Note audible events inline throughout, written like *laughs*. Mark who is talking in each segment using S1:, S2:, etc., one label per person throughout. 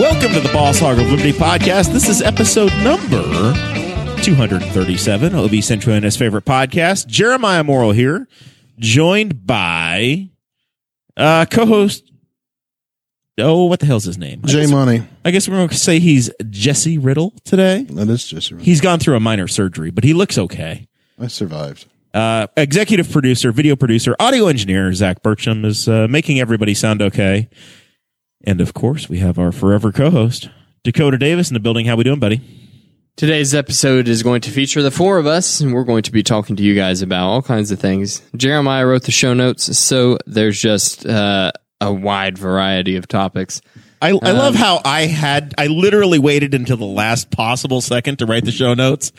S1: Welcome to the Boss Hog of Liberty podcast. This is episode number 237 of East Central and his favorite podcast. Jeremiah Morrill here, joined by uh, co-host. Oh, what the hell's his name? I
S2: J
S1: guess-
S2: Money.
S1: I guess we're going to say he's Jesse Riddle today.
S2: That is just.
S1: He's gone through a minor surgery, but he looks okay.
S2: I survived.
S1: Uh, executive producer, video producer, audio engineer Zach Bertram is uh, making everybody sound okay. And of course, we have our forever co-host Dakota Davis in the building. How we doing, buddy?
S3: Today's episode is going to feature the four of us, and we're going to be talking to you guys about all kinds of things. Jeremiah wrote the show notes, so there's just uh, a wide variety of topics.
S1: I, I
S3: Um,
S1: love how I had I literally waited until the last possible second to write the show notes,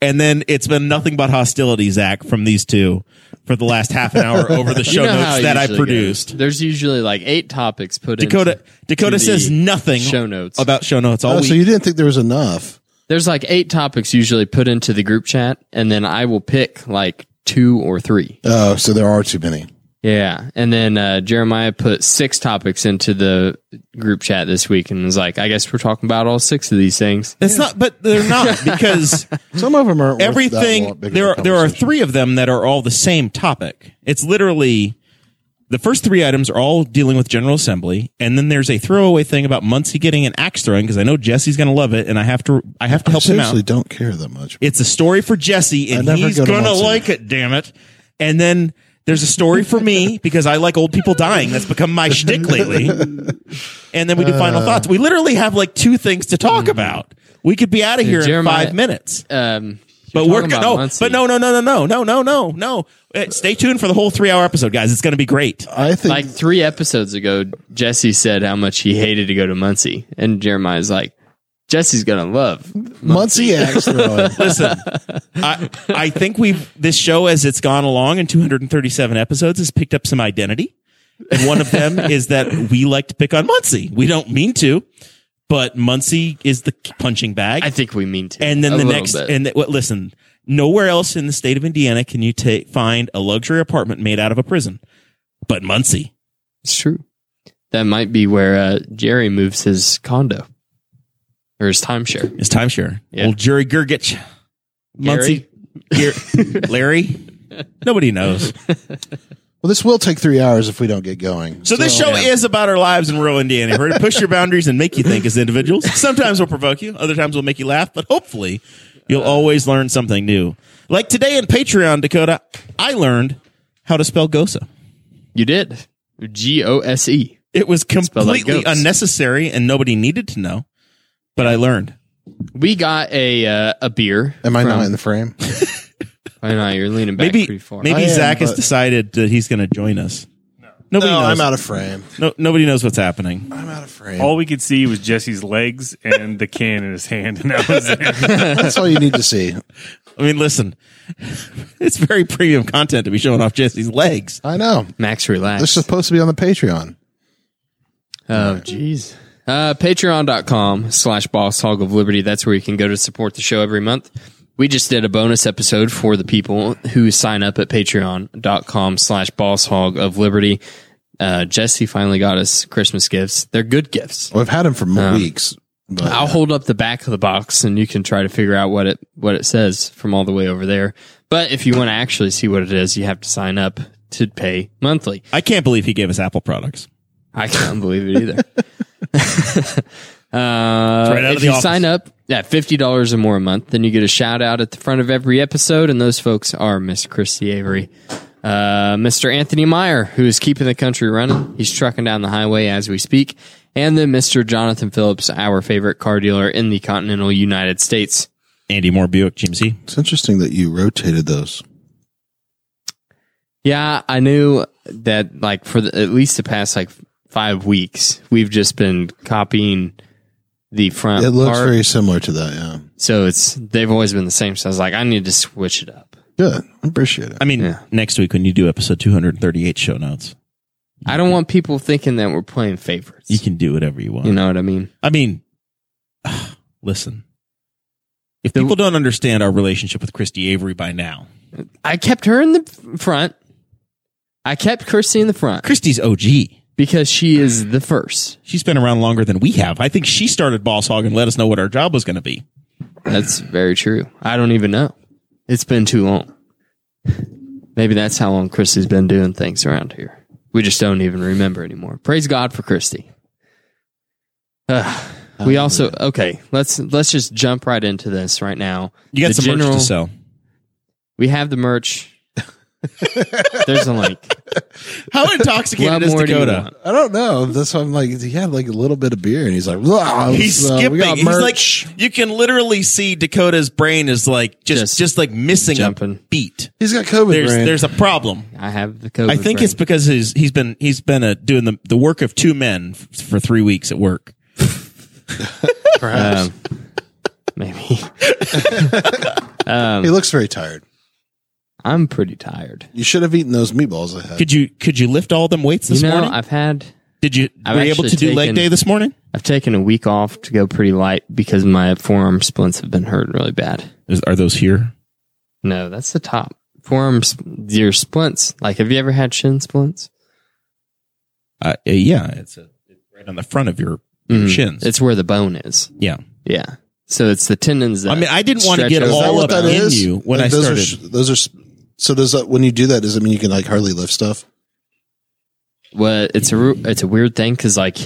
S1: and then it's been nothing but hostility, Zach, from these two for the last half an hour over the show
S3: *laughs* You know how
S1: notes
S3: it
S1: that I
S3: usually
S1: produced.
S3: goes. There's usually like eight topics put in.
S1: Dakota Dakota
S3: to the
S1: says nothing
S3: show notes.
S1: about show notes all
S2: Oh,
S1: week.
S2: so you didn't think there was enough?
S3: There's like eight topics usually put into the group chat, and then I will pick like two or three.
S2: Oh, so there are too many.
S3: Yeah. And then uh, Jeremiah put six topics into the group chat this week and was like, I guess we're talking about all six of these things.
S1: That's not, but they're
S3: *laughs*
S1: not because
S2: Some of them are
S1: everything there are, there are three of them that are all the same topic. It's literally the first three items are all dealing with General Assembly, and then there's a throwaway thing about Muncie getting an axe throwing because I know Jesse's going to love it, and I have to I have to help him out.
S2: Seriously, don't care that much.
S1: It's a story for Jesse, and
S2: never
S1: he's
S2: go to
S1: gonna
S2: Muncie.
S1: like it. Damn it! And then there's a story for
S2: *laughs*
S1: me because I like old people dying. That's become my shtick lately. And then we do final
S2: Uh.
S1: thoughts. We literally have like two things to talk
S2: Hmm.
S1: about. We could be out of here in
S3: Jeremiah-
S1: five minutes.
S3: Um,
S1: But
S3: you're
S1: we're
S3: talking
S1: go-
S3: about
S1: no,
S3: Muncie.
S1: but no, no, no, no, no, no, no, no, no. Uh, Stay tuned for the whole three-hour episode, guys. It's going to be great.
S2: I think
S3: like three episodes ago, Jesse said how much he hated to go to Muncie, and Jeremiah's like, Jesse's gonna love.
S2: Muncie axe throwing.
S1: Listen, I, I think we've this show as it's gone along in 237 episodes has picked up some identity, and one of
S3: *laughs*
S1: them is that we like to pick on Muncie. We don't mean to, but Muncie is the punching bag.
S3: I think we mean to.
S1: and then
S3: a
S1: the
S3: little
S1: next,
S3: bit.
S1: and th- what? Listen, nowhere else in the state of Indiana can you ta find a luxury apartment made out of a prison, but Muncie.
S3: it's true. That might be where uh, Jerry moves his condo or his timeshare.
S1: It's timeshare.
S3: Yeah.
S1: Old Jerry Gergich. Muncie.
S2: *laughs*
S1: Ger- Larry. Nobody knows.
S2: Well, this will take three hours if we don't get going.
S1: So this show is about our lives in rural Indiana. We're going to push your boundaries and make you think as individuals. Sometimes we'll provoke you. Other times we'll make you laugh. But hopefully you'll always learn something new. Like today in Patreon, Dakota, I learned how to spell GOSA.
S3: You did G O S E.
S1: It was
S3: like
S1: completely
S3: goats.
S1: unnecessary and nobody needed to know. But I learned.
S3: We got a uh, a beer.
S2: Am I
S3: from-
S2: not in the frame?
S3: I know you're leaning back
S1: Maybe
S3: pretty far.
S1: maybe
S2: I am,
S1: Zach has
S2: but-
S1: decided that he's going to join us. Nobody
S2: no,
S1: knows.
S2: I'm out of frame.
S1: No, nobody knows what's happening.
S2: I'm out of frame.
S4: All we could see was Jesse's legs and the can in his hand, and that was it.
S2: That's all you need to see.
S1: I mean, listen, *laughs* it's very premium content to be showing off Jesse's legs.
S2: I know.
S3: Max,
S2: They're
S3: relax.
S2: supposed to be on the Patreon.
S3: Oh, jeez. Uh, Patreon.com slash boss hog of liberty. That's where you can go to support the show every month. We just did a bonus episode for the people who sign up at patreon.com slash boss hog of liberty. Uh, Jesse finally got us Christmas gifts. They're good gifts.
S2: Well, I've had him for weeks. But
S3: I'll hold up the back of the box and you can try to figure out what it, what it says from all the way over there. But if you want to actually see what it is, you have to sign up to pay monthly.
S1: I can't believe he gave us Apple products.
S3: I can't believe it either. *laughs* uh,
S1: right out
S3: if
S1: of the
S3: you
S1: office.
S3: sign up at fifty dollars or more a month, then you get a shout out at the front of every episode, and those folks are Miss Christy Avery, uh, Mr. Anthony Meyer, who is keeping the country running. He's trucking down the highway as we speak, and then Mr. Jonathan Phillips, our favorite car dealer in the continental United States.
S1: Andy Moore Buick GMC.
S2: It's interesting that you rotated those.
S3: Yeah, I knew that like for the, at least the past like five weeks, we've just been copying the front
S2: It looks
S3: part.
S2: very similar to that. Yeah.
S3: so it's they've always been the same. So I was like, I need to switch it up.
S2: Good. I appreciate it.
S1: I mean,
S3: Yeah.
S1: next week when you do episode 238 show notes,
S3: I don't want people thinking that we're playing favorites.
S1: you can do whatever you want.
S3: You know what I mean?
S1: I mean, *sighs* listen, if people don't understand our relationship with Christy Avery by now,
S3: I kept her in the front. I kept Kirsty in the front
S1: Christy's OG.
S3: because she is the first.
S1: She's been around longer than we have. I think she started Boss Hog and let us know what our job was going to be.
S3: That's very true. I don't even know. It's been too long. Maybe that's how long Christy's been doing things around here. We just don't even remember anymore. Praise God for Christy. Ugh. we also okay. Let's let's just jump right into this right now.
S1: You got
S3: The
S1: some merch
S3: general-
S1: to sell.
S3: We have the
S1: *laughs*
S3: merch. There's a link.
S1: How intoxicated
S3: *laughs* What
S1: is
S3: more do you
S1: Dakota?
S3: want?
S2: I don't know. That's why I'm like, he had like a little bit of beer and he's like, "Wow,
S1: He's
S2: uh, we
S1: skipping.
S2: got
S1: He's like,
S2: merch."
S1: you can literally see Dakota's brain is like just just,
S3: Just
S1: like missing a
S3: jumping.
S1: beat.
S2: he's got COVID.
S1: There's
S2: brain.
S1: there's a problem.
S3: I have the code.
S1: I think
S3: brain.
S1: it's because he's he's been he's been uh, doing the the work of two men f- for three weeks at work.
S2: Perhaps.
S3: Um, maybe. *laughs*
S2: he looks very tired.
S3: I'm pretty tired.
S2: You should have eaten those meatballs I had.
S1: Could you could you lift all them weights this
S3: you know,
S1: morning?
S3: I've had
S1: Did you
S3: I've
S1: were you able
S3: actually
S1: to do leg
S3: taken-
S1: day this morning?
S3: I've taken a week off to go pretty light because my forearm splints have been hurting really bad.
S1: Is, are those here?
S3: No, that's the top. Forearm, sp- your splints. Like, have you ever had shin splints?
S1: Uh, uh, yeah, it's, a, it's right on the front of your, your shins.
S3: It's where the bone is.
S1: yeah.
S3: Yeah. So it's the tendons. That
S1: I mean, I didn't want to
S3: stretch
S1: get
S3: over
S2: Is that
S1: all
S3: the
S1: up
S2: what that
S3: bone.
S1: in
S2: is?
S1: you when
S2: Like,
S1: I
S2: those
S1: started.
S2: Are, sh- those are s- so. Does that when you do that? Does it mean you can like hardly lift stuff?
S3: Well, it's a ru- it's a weird thing because like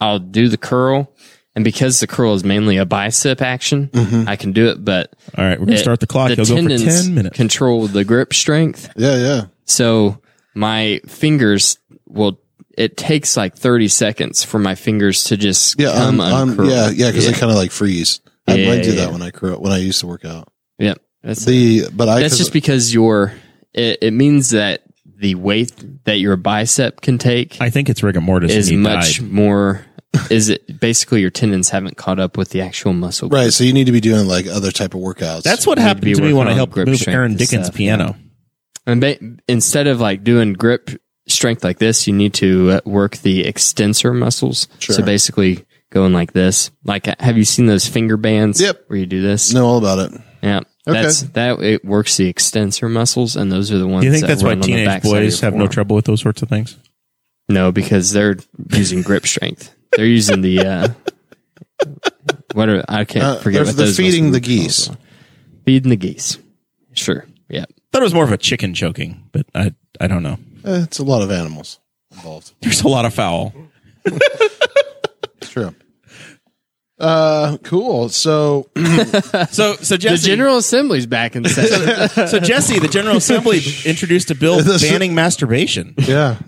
S3: I'll do the curl, and because the curl is mainly a bicep action,
S1: Mm-hmm.
S3: I can do it. But
S1: all right, we're gonna
S3: it-
S1: start the clock. You'll go for ten minutes.
S3: control the grip strength,
S2: Yeah, yeah.
S3: So my fingers will. It takes like thirty seconds for my fingers to just
S2: Yeah,
S3: come
S2: um, um,
S3: uncurled.
S2: yeah, yeah, because I kind of like freeze. I
S3: Yeah,
S2: might do
S3: yeah.
S2: that when I curl when I used to work out.
S3: yeah. That's,
S2: The but I
S3: that's
S2: 'cause
S3: just because your it, it means that the weight that your bicep can take
S1: I think it's rigor mortis.
S3: is
S1: and he
S3: much
S1: died.
S3: more. Is it basically your tendons haven't caught up with the actual muscle?
S2: right. So you need to be doing like other type of workouts.
S1: That's what
S3: Need to
S1: happened
S3: be
S1: to me
S3: working
S1: when I
S3: on
S1: helped
S3: grip
S1: move
S3: strength
S1: Aaron
S3: and
S1: Dickens'
S3: stuff,
S1: piano.
S3: And ba- instead of like doing grip strength like this, you need to uh, work the extensor muscles. So
S2: Sure.
S3: basically going like this. Like, uh, have you seen those finger bands?
S2: Yep.
S3: Where you do this?
S2: know all about it.
S3: Yeah. That's that it works the extensor muscles, and those are the ones.
S1: Do you think
S3: that
S1: that's why
S3: run on the
S1: teenage
S3: backside of
S1: boys
S3: your
S1: have no
S3: forearm.
S1: trouble with those sorts of things?
S3: No, because they're using grip strength. They're using the uh, *laughs* what are I can't
S2: Uh,
S3: forget.
S2: they're-
S3: what
S2: they're
S3: those
S2: feeding the
S3: muscles are.
S2: geese.
S3: Feeding the geese. Sure. Yeah.
S1: Thought it was more of a chicken choking, but I I don't know.
S2: Eh, it's a lot of animals involved.
S1: There's a lot of foul.
S2: It's true. Uh, cool. So *clears throat*
S1: So so
S3: The
S1: Jesse,
S3: General Assembly's back *laughs* in session.
S1: *laughs* so Jesse, the General Assembly *laughs* introduced a
S3: *laughs*
S1: bill banning masturbation.
S2: yeah.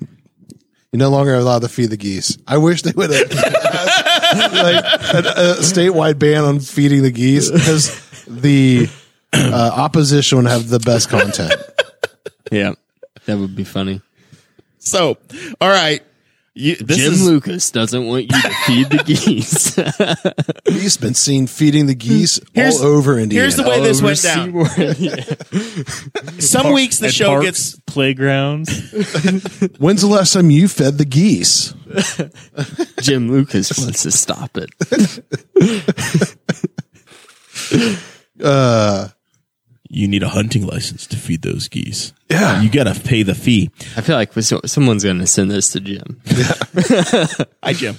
S2: You're no longer allowed to feed the geese. I wish they would have *laughs* like a, a statewide ban on feeding the geese because the uh, opposition would have the
S1: *laughs*
S2: best content.
S3: yeah. That would be funny.
S1: So, all right, you, this
S3: Jim
S1: is
S3: Lucas doesn't want you to feed the
S1: *laughs*
S3: geese.
S2: He's been seen feeding the geese
S1: Here's-
S2: all over Indiana.
S1: here's the way this went
S3: Oversee
S1: down.
S3: where- yeah.
S1: Some weeks the
S4: At
S1: show
S4: parks,
S1: gets
S4: playgrounds.
S2: When's the last time you fed the geese?
S3: *laughs* Jim Lucas wants to stop it.
S2: Uh,
S1: you need a hunting license to feed those geese.
S2: Yeah.
S1: You gotta pay the fee.
S3: I feel like we- so- someone's going to send this to Jim.
S1: Hi, Jim.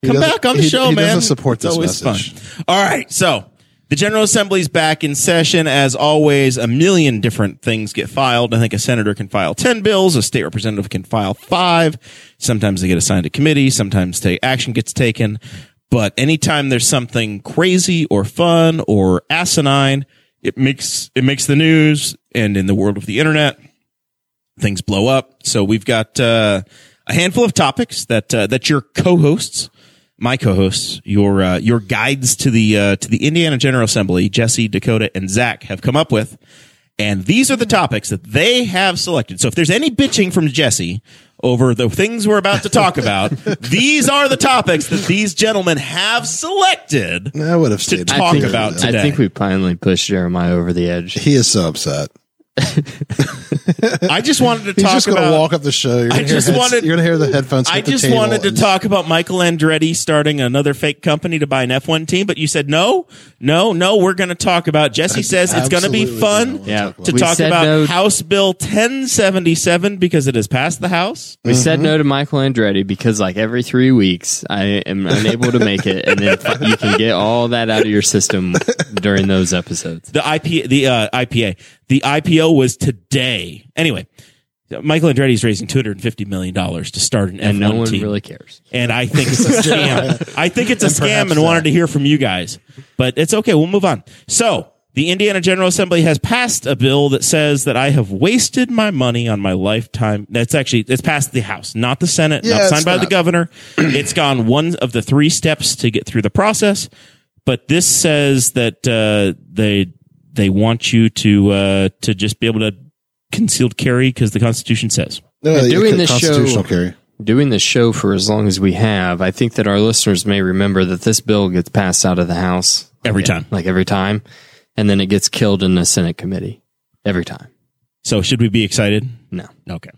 S2: He
S1: Come
S2: doesn't-
S1: back on the
S2: he-
S1: show,
S2: he
S1: man.
S2: doesn't support
S1: It's
S2: this
S1: always
S2: message.
S1: fun. All right, so the General Assembly's back in session. As always, a million different things get filed. I think a senator can file ten bills, a state representative can file five. Sometimes they get assigned to committee. Sometimes ta- action gets taken. But anytime there's something crazy or fun or asinine, it makes it makes the news and in the world of the internet things blow up. So we've got uh, a handful of topics that uh, that your co-hosts, my co-hosts, your uh, your guides to the uh, to the Indiana General Assembly, Jesse, Dakota, and Zach have come up with, and these are the topics that they have selected. So if there's any bitching from Jesse over the things we're about to talk
S2: *laughs*
S1: about, these are the topics that these gentlemen have selected.
S2: I would have
S1: To
S2: stayed.
S1: talk
S2: clear of
S1: about
S2: that.
S1: today.
S3: I think we finally pushed Jeremiah over the edge.
S2: He is so upset.
S1: I just wanted to
S2: He's
S1: talk
S2: just going to
S1: about
S2: walk up the show. You're gonna hear
S1: just
S2: heads-
S1: wanted-
S2: You're going to hear the headphones.
S1: I
S2: hit the
S1: just
S2: table
S1: wanted to
S2: and-
S1: talk about Michael Andretti starting another fake company to buy an F1 team, but you said no, no, no. We're going to talk about. Jesse says it's going to be
S2: Absolutely
S1: fun
S2: not.
S3: Yeah.
S1: to
S3: We
S1: talk
S3: said
S1: about
S3: no-
S1: House Bill 1077 because it has passed the House.
S3: We said no to Michael Andretti because, like, every three weeks I am unable to make it,
S1: *laughs*
S3: and then fi- you can get all that out of your system during those episodes.
S1: The IP, the uh, IPA, the IPO was today. Anyway, Michael Andretti's raising 250 million dollars to start an F1
S3: And no one
S1: team.
S3: really cares.
S1: and I think it's
S2: *laughs*
S1: a scam. I think it's a scam, and
S2: perhaps
S1: wanted
S2: that.
S1: to hear from you guys, but it's okay. We'll move on. So the Indiana General Assembly has passed a bill that says that I have wasted my money on my lifetime. That's actually it's passed the House, not the Senate,
S2: Yeah,
S1: not
S2: it's
S1: signed by the
S2: not. *clears throat*
S1: governor. it's gone one of the three steps to get through the process, but this says that uh, they they want you to uh, to just be able to concealed carry because the Constitution says.
S2: No,
S3: They're
S2: you
S3: doing
S2: could-
S3: this show-
S2: constitutional carry.
S3: doing this show for as long as we have, I think that our listeners may remember that this bill gets passed out of the House
S1: Every
S3: like,
S1: time.
S3: like every time, and then it gets killed in the Senate committee every time.
S1: So should we be excited?
S3: No.
S1: Okay.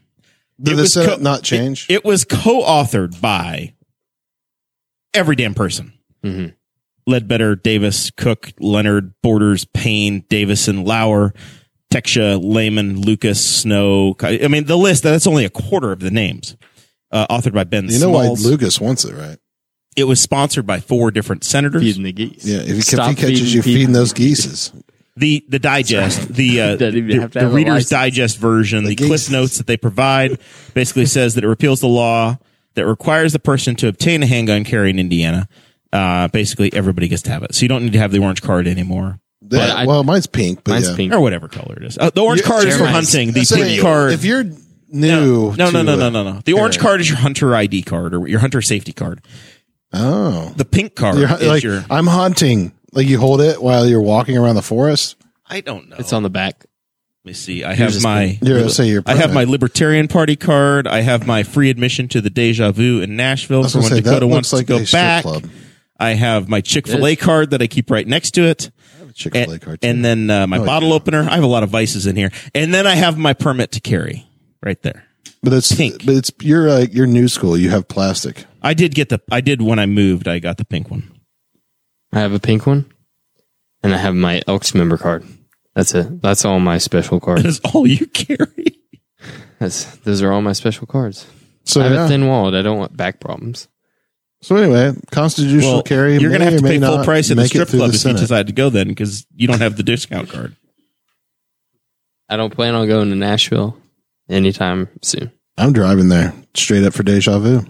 S2: Did
S1: It
S2: the
S1: was
S2: Senate
S1: co-
S2: not change?
S1: It was co-authored by every damn person.
S3: Mhm.
S1: Ledbetter, Davis, Cook, Leonard, Borders, Payne, Davison, Lauer, Texia, Lehman, Lucas, Snow. I mean, the list, that's only a quarter of the names. Uh, authored by Ben
S2: you know why
S1: Smalls.
S2: Lucas wants it, right?
S1: it was sponsored by four different senators.
S3: Feeding the geese.
S2: Yeah, if he, if he
S3: Stop
S2: catches you
S3: people.
S2: feeding those geese.
S1: the the digest, the
S3: *laughs*
S1: uh,
S3: Doesn't even
S1: the,
S3: have to
S1: the
S3: have a
S1: Reader's
S3: license.
S1: Digest version, the,
S2: geese.
S1: Cliff Notes that they
S2: *laughs*
S1: provide, basically says that it repeals the law that requires the person to obtain a handgun carry in Indiana. Uh, basically, everybody gets to have it, so you don't need to have the orange card anymore,
S2: That-
S3: I-
S2: well, mine's pink, but
S3: Mine's
S2: yeah.
S3: pink.
S1: or whatever color it is. Uh, the orange
S2: You're-
S1: card is for
S3: Jeremiah's-
S1: hunting. The
S2: So
S1: pink card.
S2: If you're new,
S1: no, no, no,
S2: to
S1: no, no,
S2: it-
S1: no, no. The orange card is your hunter ID card or your hunter safety card.
S2: Oh,
S1: The pink card
S2: You're-
S1: is
S2: like
S1: your.
S2: I'm hunting. Like you hold it while you're walking around the forest.
S1: I don't know.
S3: It's on the back.
S1: Let me see. I
S3: Here's
S1: have
S3: this
S1: my.
S2: You're say you're.
S1: I have my Libertarian Party card. I have my free admission to the Deja Vu in Nashville
S2: was
S1: for when
S2: gonna say, that
S1: Dakota
S2: looks
S1: wants
S2: like
S1: to
S2: a
S1: go
S2: strip
S1: back.
S2: club.
S1: I have my Chick Fil A card that I keep right next to it,
S2: Chick
S1: and,
S2: Fil A card.
S1: and then uh, my bottle opener. I have a lot of vices in here, and then I have my permit to carry right there.
S2: but it's
S1: pink.
S2: but it's you're like you're new school. You have plastic.
S1: I did get the. I did when I moved. I got the pink one. *laughs*
S3: I have a pink one, and I have my Elks member card. That's it. That's all my
S1: *laughs*
S3: special cards.
S1: That's all you carry.
S3: That's, those are all my special cards.
S2: So
S3: I have
S2: Oh, yeah.
S3: a thin wallet. I don't want back problems.
S2: so anyway, constitutional
S1: Well,
S2: carry.
S1: you're gonna
S2: may
S1: have
S2: or
S1: to
S2: may
S1: pay full
S2: not
S1: price at the
S2: make it
S1: strip
S2: through
S1: club if
S2: the
S1: you
S2: Senate.
S1: decide to go then, because you don't have the discount card.
S3: I don't plan on going to Nashville anytime soon.
S2: I'm driving there straight up for deja vu.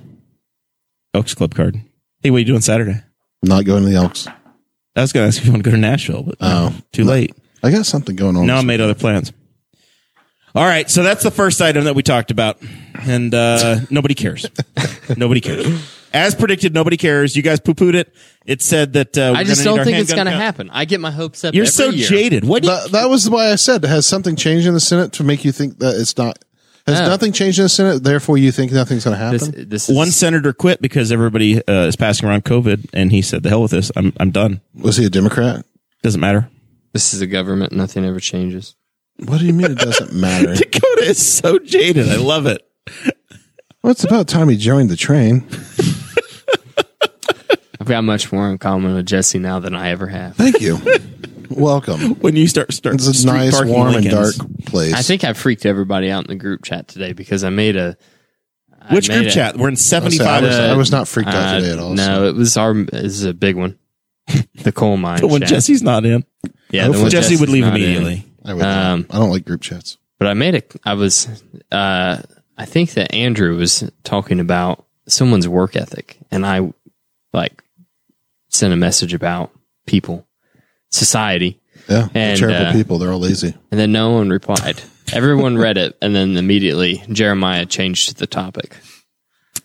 S1: Elks Club card. Hey, what are you doing Saturday?
S2: Not going to the Elks.
S1: I was going to ask if you want to go to Nashville, but
S2: Oh.
S1: too late.
S2: I got something going on.
S1: No, I made other plans. All right, so that's the first item that we talked about, and uh, nobody
S2: *laughs*
S1: cares. nobody cares. As predicted, nobody cares. You guys poo pooed it. It said that uh, we're
S3: I
S1: gonna need
S3: just don't
S1: our
S3: think it's
S1: handgun
S3: going to
S1: count.
S3: happen. I get my hopes up.
S1: You're
S3: every
S1: so
S3: year.
S1: jaded. What? Do you,
S2: That, that was why I said has something changed in the Senate to make you think that it's not. Has
S3: Yeah.
S2: nothing changed in the Senate? Therefore, you think nothing's going to
S3: This,
S2: happen.
S3: this
S1: *laughs*
S3: is
S1: one senator quit because everybody uh, is passing around COVID, and he said, "The hell with this. I'm I'm done.
S2: was he a Democrat?
S1: Doesn't matter." *laughs*
S3: This is a government. Nothing ever changes.
S2: What do you mean it
S1: *laughs*
S2: doesn't matter?
S1: Dakota is so jaded. I love it.
S2: Well, it's about time he joined the train.
S3: I've got much more in common with Jesse now than I ever have.
S2: Thank you. Welcome.
S1: When you start start
S2: It's a
S1: street
S2: nice,
S1: parking
S2: warm, and dark
S1: Lincolns.
S2: place.
S3: I think I freaked everybody out in the group chat today because I made a I
S1: Which
S3: made
S1: group
S3: a-
S1: chat? We're in
S2: I was, I
S1: 75 or
S2: was,
S1: so.
S3: Uh,
S2: I was not freaked out
S3: uh,
S2: today at all. so.
S3: No, it was our. This is a
S1: *laughs*
S3: big one. The coal mine.
S1: But when
S3: chat.
S1: Jesse's not in,
S3: yeah, the
S2: Hopefully
S3: one
S1: Jesse would
S3: Jesse's
S1: leave
S3: not in.
S1: immediately.
S2: I, would,
S3: um,
S2: I don't like group chats.
S3: But I made a. I was. Uh, I think that Andrew was talking about someone's work ethic, and I like sent a message about people, society,
S2: Yeah,
S3: and,
S2: terrible
S3: uh,
S2: people. They're all lazy.
S3: and then no one replied. Everyone read it, and then immediately Jeremiah changed the topic.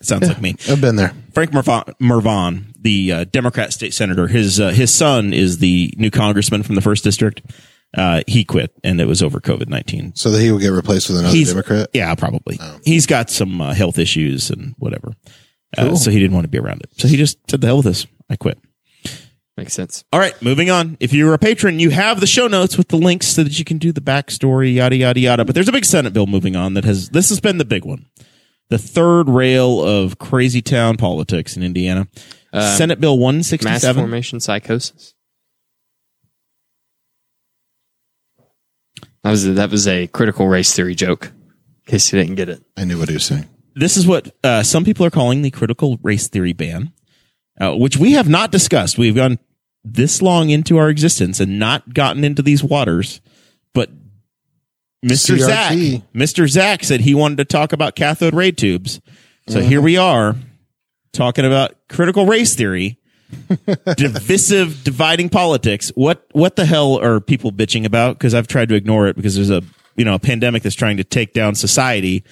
S1: Sounds like
S3: *laughs*
S1: me.
S2: I've been there.
S1: Frank Mervon, Mervon the uh, Democrat state senator, his uh, his son is the new congressman from the first district. Uh, he quit, and it was over COVID nineteen.
S2: So that he would get replaced with another Democrat. Oh.
S1: Yeah, probably. He's got some uh, health issues and whatever, uh, so he didn't want to be around it. So he just said, "The hell with this, I quit."
S3: Makes sense.
S1: All right, moving on. If you're a patron, you have the show notes with the links so that you can do the backstory, yada yada yada. But there's a big Senate bill moving on that has this has been the big one, the third rail of crazy town politics in Indiana. Senate Bill
S3: Mass
S1: 167.
S3: formation psychosis. That was a, that was a critical race theory joke. In case you didn't get it,
S2: I knew what he was saying.
S1: This is what uh, some people are calling the critical race theory ban, uh, which we have not discussed. We've gone this long into our existence and not gotten into these waters, but. Mr. Zach,
S2: CRT.
S1: Mr. Zach said he wanted to talk about cathode ray tubes. So here we are talking about critical race theory, divisive, dividing politics. What what the hell are people bitching about? Because I've tried to ignore it because there's a you know a pandemic that's trying to take down society,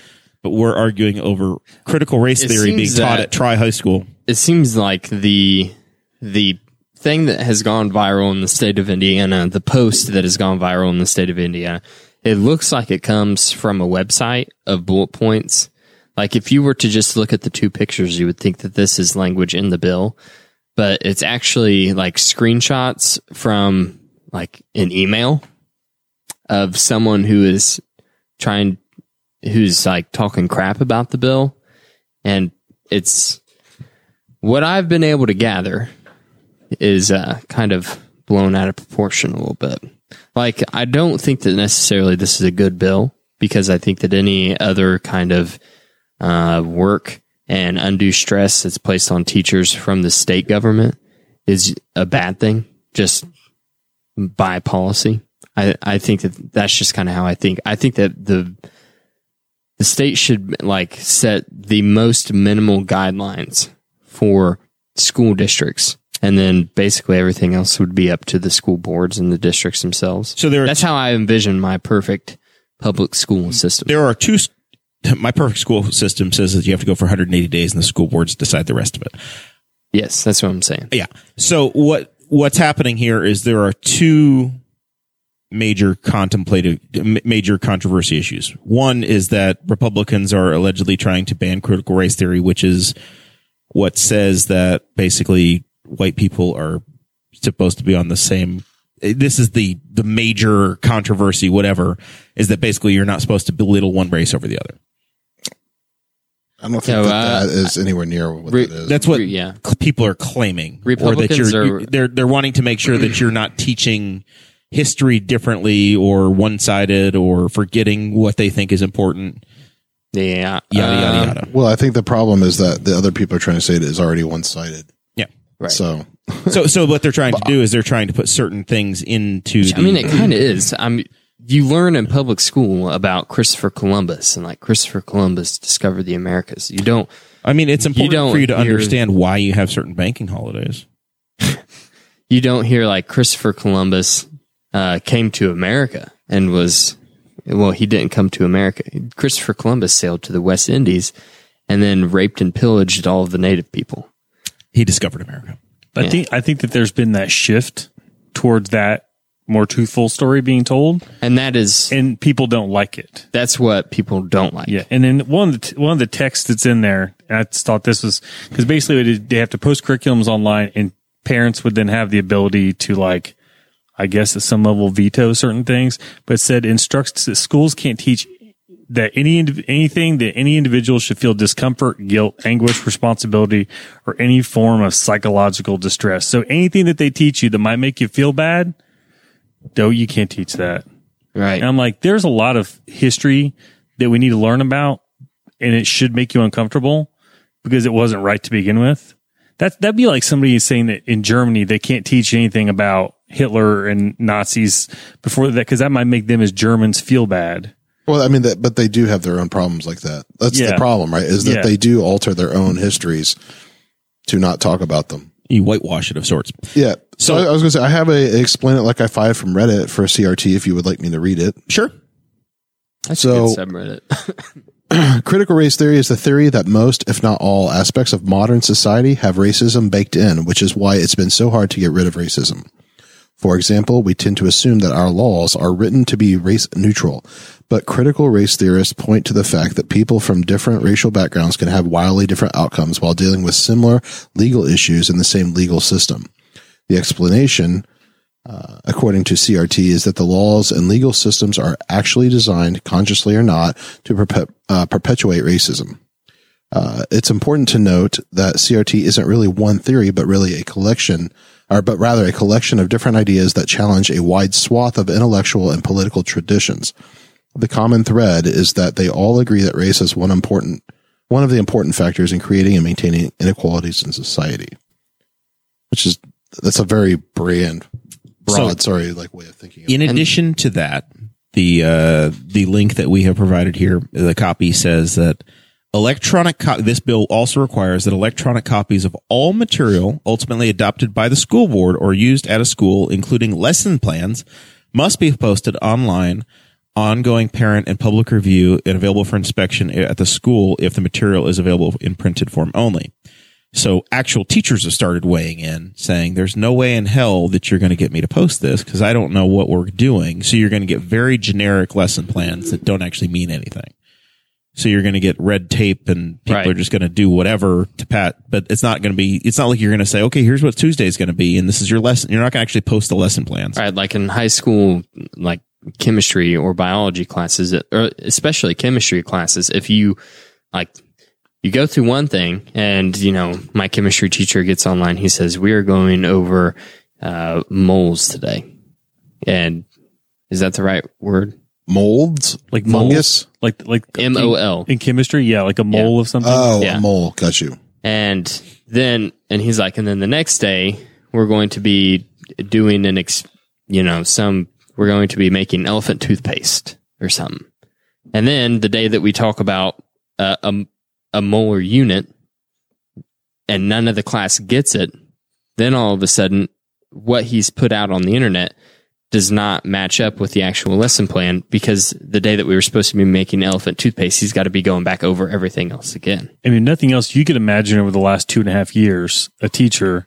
S1: but we're arguing over critical race
S3: It
S1: theory being
S3: seems
S1: taught
S3: that-
S1: at Tri High School.
S3: it seems like the the thing that has gone viral in the state of Indiana, the post that has gone viral in the state of Indiana, it looks like it comes from a website of bullet points. Like if you were to just look at the two pictures, you would think that this is language in the bill, but it's actually like screenshots from like an email of someone who is trying who's like talking crap about the bill and it's what I've been able to gather is uh, kind of blown out of proportion a little bit. Like, I don't think that necessarily this is a good bill because I think that any other kind of uh, work and undue stress that's placed on teachers from the state government is a bad thing just by policy. I, I think that that's just kind of how I think. I think that the the state should like set the most minimal guidelines for school districts and then basically everything else would be up to the school boards and the districts themselves
S1: So there are
S3: that's how i envision my perfect public school system
S1: there are two. s- *laughs* My perfect school system says that you have to go for 180 days, and the school boards decide the rest of it.
S3: yes that's what i'm saying
S1: Yeah. So what what's happening here is there are two major contemplative m- major controversy issues. One is that Republicans are allegedly trying to ban critical race theory, which is what says that basically white people are supposed to be on the same this is the the major controversy whatever is that basically you're not supposed to belittle one race over the other.
S2: I don't think
S3: No,
S2: that,
S3: uh,
S2: that is anywhere near what
S3: Re-
S2: that is.
S1: That's what
S3: yeah
S1: cl- people are claiming, or that
S3: Republicans
S1: you're,
S3: are-
S1: you- they're they're wanting to make sure that you're not teaching history differently or one sided or forgetting what they think is important.
S3: yeah
S1: Yada
S3: Uh,
S1: yada yada.
S2: well, I think the problem is that the other people are trying to say it is already one sided.
S1: Yeah.
S3: right.
S2: So
S1: So so what they're trying to do is they're trying to put certain things into.
S3: I
S1: the-
S3: mean, it kind of is. I mean, you learn in public school about Christopher Columbus and like Christopher Columbus discovered the Americas. You don't.
S1: I mean, it's important
S3: don't
S1: for you to
S3: hear-
S1: understand why you have certain banking holidays.
S3: You don't hear like Christopher Columbus uh, came to America and was. Well, he didn't come to America. Christopher Columbus sailed to the West Indies and then raped and pillaged all of the native people.
S1: He discovered America.
S4: But I think I think that there's been that shift towards that more truthful story being told,
S3: And that is
S4: and people don't like it.
S3: that's what people don't like.
S4: Yeah, and then one of the one of the texts that's in there, and I just thought this was because basically they- they have to post curriculums online, and parents would then have the ability to like, I guess at some level veto certain things. But it said instructs that schools can't teach that any indiv- anything that any individual should feel discomfort, guilt, anguish, responsibility, or any form of psychological distress. So anything that they teach you that might make you feel bad, no, you can't teach that.
S3: Right.
S4: And I'm like, there's a lot of history that we need to learn about, and it should make you uncomfortable because it wasn't right to begin with. That that'd be like somebody saying that in Germany they can't teach anything about Hitler and Nazis before that because that might make them as Germans feel bad.
S2: Well, I mean, that, but they do have their own problems like that. That's the
S4: Yeah.
S2: problem, right? Is that
S4: Yeah.
S2: they do alter their own histories to not talk about them.
S1: You whitewash it of sorts.
S2: Yeah. So,
S1: So-
S2: I, I was going to say, I have a explain it like I five from Reddit for CRT if you would like me to read it.
S1: Sure.
S3: That's
S2: so-
S3: a good subreddit.
S2: Critical race theory is the theory that most, if not all, aspects of modern society have racism baked in, which is why it's been so hard to get rid of racism. For example, we tend to assume that our laws are written to be race neutral, but critical race theorists point to the fact that people from different racial backgrounds can have wildly different outcomes while dealing with similar legal issues in the same legal system. The explanation, uh, according to CRT, is that the laws and legal systems are actually designed, consciously or not, to perpe- uh, perpetuate racism. Uh, it's important to note that CRT isn't really one theory, but really a collection, or but rather a collection of different ideas that challenge a wide swath of intellectual and political traditions. The common thread is that they all agree that race is one important, one of the important factors in creating and maintaining inequalities in society. Which is that's a very brand broad, sorry, like way of thinking. Of
S1: In addition to that, the uh, the link that we have provided here, the copy says that electronic co- this bill also requires that electronic copies of all material ultimately adopted by the school board or used at a school, including lesson plans, must be posted online, ongoing parent and public review, and available for inspection at the school if the material is available in printed form only. So actual teachers have started weighing in saying there's no way in hell that you're going to get me to post this because I don't know what we're doing. So you're going to get very generic lesson plans that don't actually mean anything. So you're going to get red tape and people
S3: Right.
S1: are just going to do whatever to pat, but it's not going to be, it's not like you're going to say, okay, here's what Tuesday is going to be. And this is your lesson. You're not going to actually post the lesson plans.
S3: Right, like in high school, like chemistry or biology classes, uh, or especially chemistry classes, if you like, you go through one thing, and you know, my chemistry teacher gets online. He says, "We are going over uh, moles today," and is that the right word?
S2: molds,
S4: Like Mm-hmm.
S2: fungus.
S4: Like like
S3: M O L.
S4: in chemistry, yeah, like a mole of something.
S2: Oh,
S3: Yeah.
S2: a mole. Got you.
S3: And then, and he's like, and then the next day, we're going to be doing an, ex, you know, some, we're going to be making elephant toothpaste or something. And then the day that we talk about uh, a, a molar unit and none of the class gets it, then all of a sudden, what he's put out on the internet does not match up with the actual lesson plan because the day that we were supposed to be making elephant toothpaste, he's got to be going back over everything else again.
S4: I mean, nothing else you could imagine over the last two and a half years, a teacher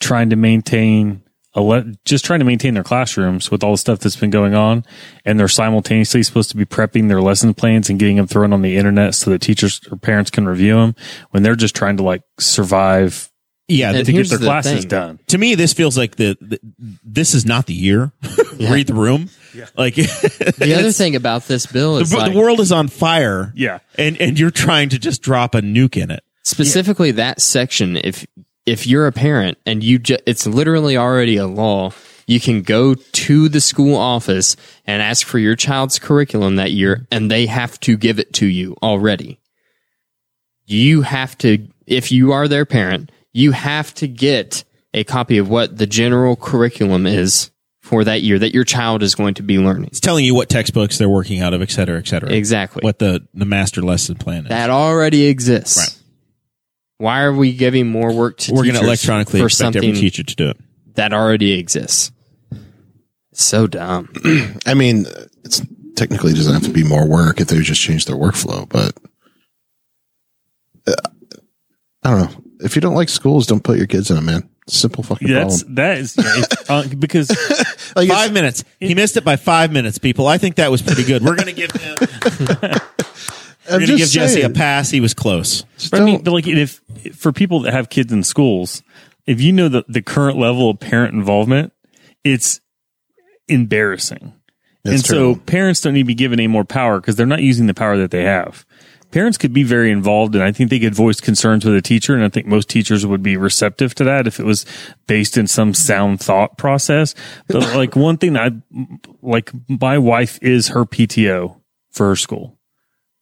S4: trying to maintain a le- just trying to maintain their classrooms with all the stuff that's been going on, and they're simultaneously supposed to be prepping their lesson plans and getting them thrown on the internet so that teachers or parents can review them when they're just trying to like survive
S1: Yeah.
S3: And
S4: to get
S3: here's
S4: their
S3: the
S4: classes
S3: thing.
S4: done.
S1: to me, this feels like the, the this is not the year. *laughs* Read the room. Like *laughs*
S3: The other thing about this bill is
S1: the,
S3: like,
S1: the world is on fire.
S4: Yeah.
S1: And and you're trying to just drop a nuke in it.
S3: specifically that section. If if you're a parent and you, ju- it's literally already a law. You can go to the school office and ask for your child's curriculum that year, and they have to give it to you already. You have to, if you are their parent, you have to get a copy of what the general curriculum is for that year that your child is going to be learning.
S1: It's telling you what textbooks they're working out of, et cetera, et cetera.
S3: Exactly.
S1: What the, the master lesson plan is.
S3: that already exists. Why are we giving more work to
S1: We're going
S3: teachers
S1: to electronically
S3: for
S1: expect
S3: something
S1: every teacher to do it.
S3: that already exists? So dumb.
S2: I mean, it's technically doesn't have to be more work if they just change their workflow, but uh, I don't know. If you don't like schools, don't put your kids in them, man. Simple fucking
S4: That's
S2: problem.
S4: that is it's, uh, because
S2: Like it's-
S1: Five minutes. He missed it by five minutes, people. I think that was pretty good. We're going to give him,
S2: I'm
S1: we're going to give
S2: just
S1: Jesse a
S2: saying,
S1: pass. He was close.
S2: just
S4: But I mean,
S2: don't-
S4: but like if for people that have kids in schools, if you know the, the current level of parent involvement, it's embarrassing. and so
S2: true.
S4: parents don't need to be given any more power because they're not using the power that they have. Parents could be very involved and I think they could voice concerns with a teacher. And I think most teachers would be receptive to that if it was based in some sound thought process. But like one thing that I like, my wife is her PTO for her school.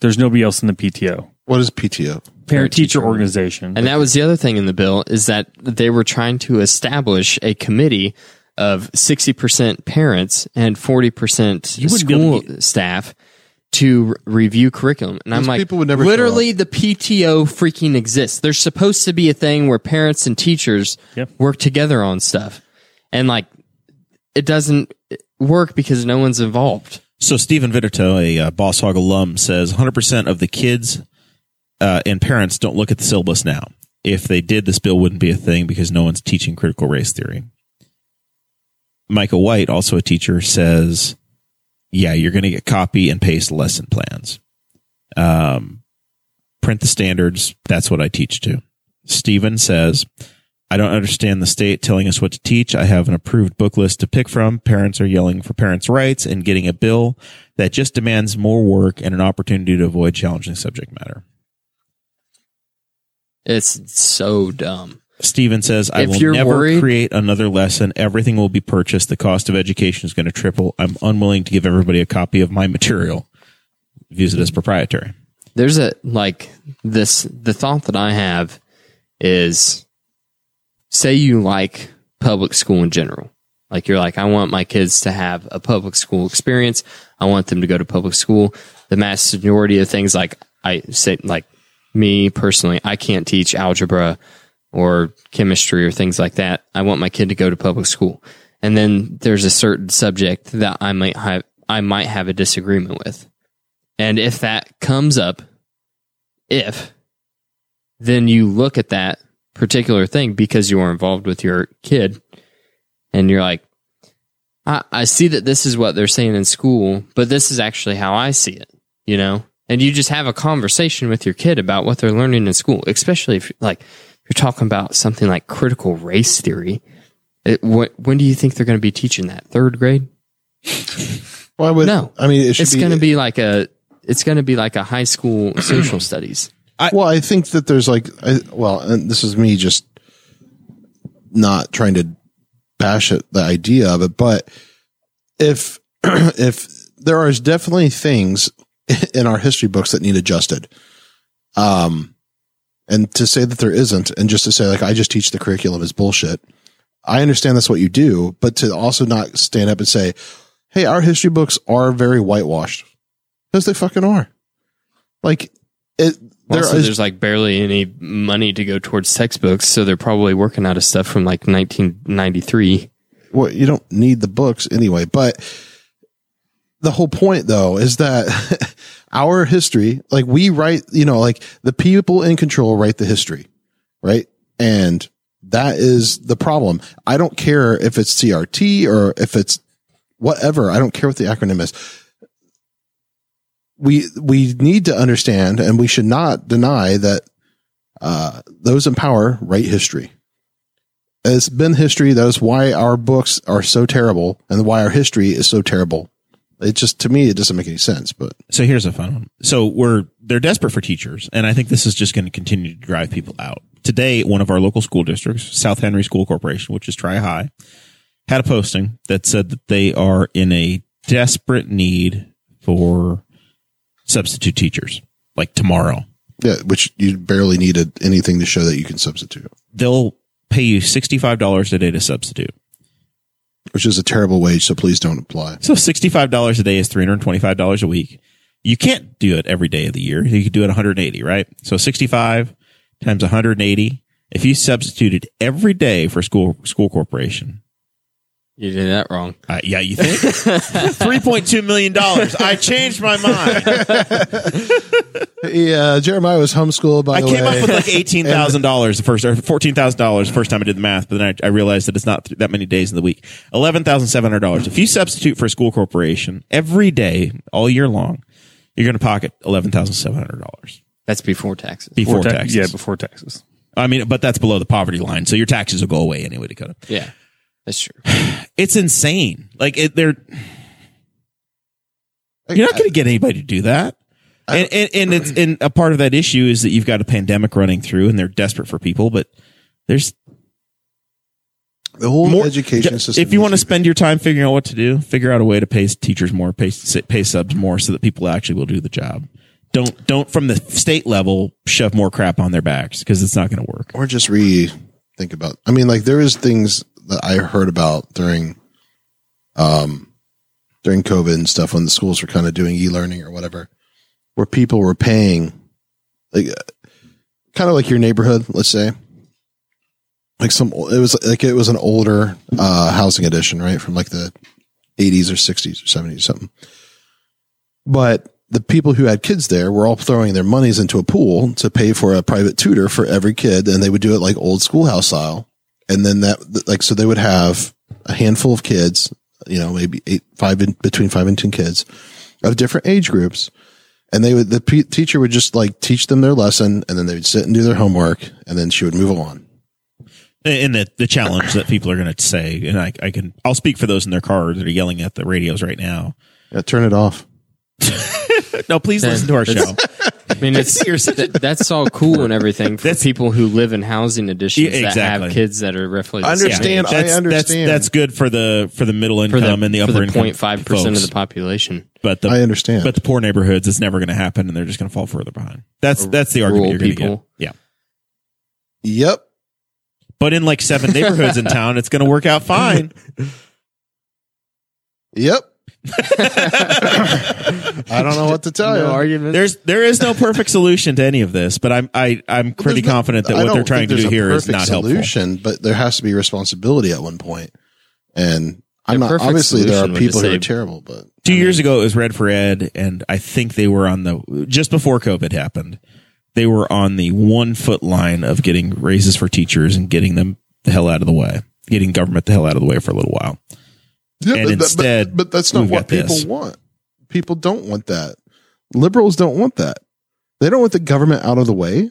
S4: There's nobody else in the PTO
S2: what is PTO?
S4: parent teacher organization.
S3: And that was the other thing in the bill is that they were trying to establish a committee of 60% parents and 40%
S4: wouldn't be able
S3: school staff to r- review curriculum. And I'm
S2: Those
S3: like,
S2: people would never show
S3: literally the PTO freaking exists. There's supposed to be a thing where parents and teachers
S4: Yep.
S3: work together on stuff. And like, it doesn't work because no one's involved.
S1: So Stephen Vitterto, a uh, Boss Hog alum, says 100% of the kids uh, and parents don't look at the syllabus now. If they did, this bill wouldn't be a thing because no one's teaching critical race theory. Michael White, also a teacher, says, "Yeah, you're going to get copy and paste lesson plans. Um, print the standards. That's what I teach to." Stephen says, I don't understand the state telling us what to teach. I have an approved book list to pick from. Parents are yelling for parents' rights and getting a bill that just demands more work and an opportunity to avoid challenging subject matter.
S3: It's so dumb.
S1: Steven says, I
S3: If
S1: will
S3: you're
S1: never
S3: worried-
S1: create another lesson. Everything will be purchased. The cost of education is going to triple. I'm unwilling to give everybody a copy of my material. Views it as proprietary.
S3: There's a like this the thought that I have is say you like public school in general. Like you're like I want my kids to have a public school experience. I want them to go to public school. The mass majority of things like I say like me personally, I can't teach algebra or chemistry or things like that. I want my kid to go to public school. And then there's a certain subject that I might have I might have a disagreement with. And if that comes up, if then you look at that particular thing because you are involved with your kid and you're like, I, I see that this is what they're saying in school, but this is actually how I see it, you know? And you just have a conversation with your kid about what they're learning in school, especially if like you're talking about something like critical race theory. It, wh- when do you think they're going to be teaching that? Third grade?
S2: Why would
S3: No.
S2: I mean, it should
S3: it's
S2: be,
S3: going to be like a it's going to be like a high school social studies.
S2: Well, I think that there's like, I, well, and this is me just not trying to bash at the idea of it, but if *clears throat* if there are definitely things *laughs* in our history books that need adjusted, um, and to say that there isn't, and just to say like I just teach the curriculum is bullshit. I understand that's what you do, but to also not stand up and say, "Hey, our history books are very whitewashed," because they fucking are. Like it, there
S3: also,
S2: is
S3: there's like barely any money to go towards textbooks, so they're probably working out of stuff from like 1993.
S2: well, you don't need the books anyway. But the whole point, though, is that *laughs* our history, like we write, you know, like the people in control write the history, right? And that is the problem. I don't care if it's CRT or if it's whatever. I don't care what the acronym is. We we need to understand, and we should not deny that uh, those in power write history it's been history. That's why our books are so terrible and why our history is so terrible. It just, to me, it doesn't make any sense, but
S1: So here's a fun one. So we're they're desperate for teachers, and I think this is just going to continue to drive people out. Today, one of our local school districts, South Henry School Corporation, which is Try High, had a posting that said that they are in a desperate need for substitute teachers, like tomorrow.
S2: yeah, which you barely needed anything to show that you can substitute,
S1: They'll pay you $65 a day to substitute.
S2: which is a terrible wage. So please don't apply.
S1: So $65 a day is $325 a week. You can't do it every day of the year. You could do it 180, right? So 65 times 180. If you substituted every day for school, school corporation,
S3: You did that wrong.
S1: uh, yeah, you think $3.2 million. I changed my mind.
S2: Yeah. Jeremiah was homeschooled by
S1: I
S2: the
S1: came
S2: way.
S1: up with like $18,000
S2: *laughs*
S1: the first, or $14,000 the first time I did the math, but then I, I realized that it's not th- that many days in the week. $11,700. If you substitute for a school corporation every day, all year long, you're going to pocket $11,700.
S3: That's before taxes.
S1: before
S4: ta-
S1: taxes.
S4: Yeah, before taxes.
S1: I mean, but that's below the poverty line, so your taxes will go away anyway, Dakota.
S3: yeah, that's true.
S1: It's insane. Like it, they're you're not going to get anybody to do that. And, and and it's and a part of that issue is that you've got a pandemic running through, and they're desperate for people. But there's
S2: the whole
S1: more
S2: education system.
S1: If you want to
S2: needs
S1: spend your time figuring out what to do, figure out a way to pay teachers more, pay pay subs more, so that people actually will do the job. Don't don't from the state level shove more crap on their backs because it's not going to work.
S2: or just re think about i mean like there is things that i heard about during um during covid and stuff when the schools were kind of doing e-learning or whatever where people were paying like kind of like your neighborhood let's say like some it was like it was an older uh housing addition right from like the 80s or 60s or 70s something but the people who had kids there were all throwing their monies into a pool to pay for a private tutor for every kid, and they would do it like old schoolhouse style. And then that, like, so they would have a handful of kids, you know, maybe eight, five, in, between five and ten kids of different age groups, and they would the p- teacher would just like teach them their lesson, and then they would sit and do their homework, and then she would move on.
S1: and the, the challenge that people are going to say, and I, I can, I'll speak for those in their car that are yelling at the radios right now.
S2: Yeah, turn it off.
S1: No, please listen to our
S3: *laughs*
S1: show.
S3: I mean, *laughs* it's th- that's all cool and everything for
S1: That's-
S3: people who live in housing additions
S1: Yeah,
S3: that have
S1: exactly.
S3: kids that are roughly the
S2: Understand-
S3: same age
S2: I understand.
S1: That's, that's good for the for the middle
S3: for
S1: income
S3: the,
S1: and the
S3: for
S1: upper
S3: the
S1: income
S3: 0.5 percent
S1: folks.
S3: of the population.
S1: but the
S2: I understand.
S1: but the poor neighborhoods, it's never going to happen, and they're just going to fall further behind. That's that's the argument
S3: rural
S1: you're going to get.
S3: people.
S1: Yeah,
S2: yep.
S1: but in like
S2: *laughs*
S1: seven neighborhoods in town, it's going to work out fine.
S2: Yep. *laughs* I don't know what to tell you.
S3: argument.
S1: Oh, There's there is no perfect solution to any of this, but I'm I I'm pretty
S2: There's no-
S1: confident that
S2: I
S1: what
S2: don't
S1: they're trying
S2: think
S1: to
S2: there's
S1: do
S2: a
S1: here is
S2: perfect
S1: not helpful.
S2: solution, but there has to be responsibility at one point. And I'm
S3: The
S2: not
S3: perfect
S2: obviously there
S3: solution
S2: are
S3: would just
S2: people who
S3: say-
S2: are terrible, but
S1: Two years ago, it was Red for Ed, and I think they were on the just before COVID happened. They were on the one foot line of getting raises for teachers and getting them the hell out of the way, getting government the hell out of the way for a little while. And
S2: yeah, but, that- but-
S1: instead,
S2: but, that's not
S1: we've
S2: what
S1: got
S2: people
S1: this.
S2: want. People don't want that. Liberals don't want that. They don't want the government out of the way.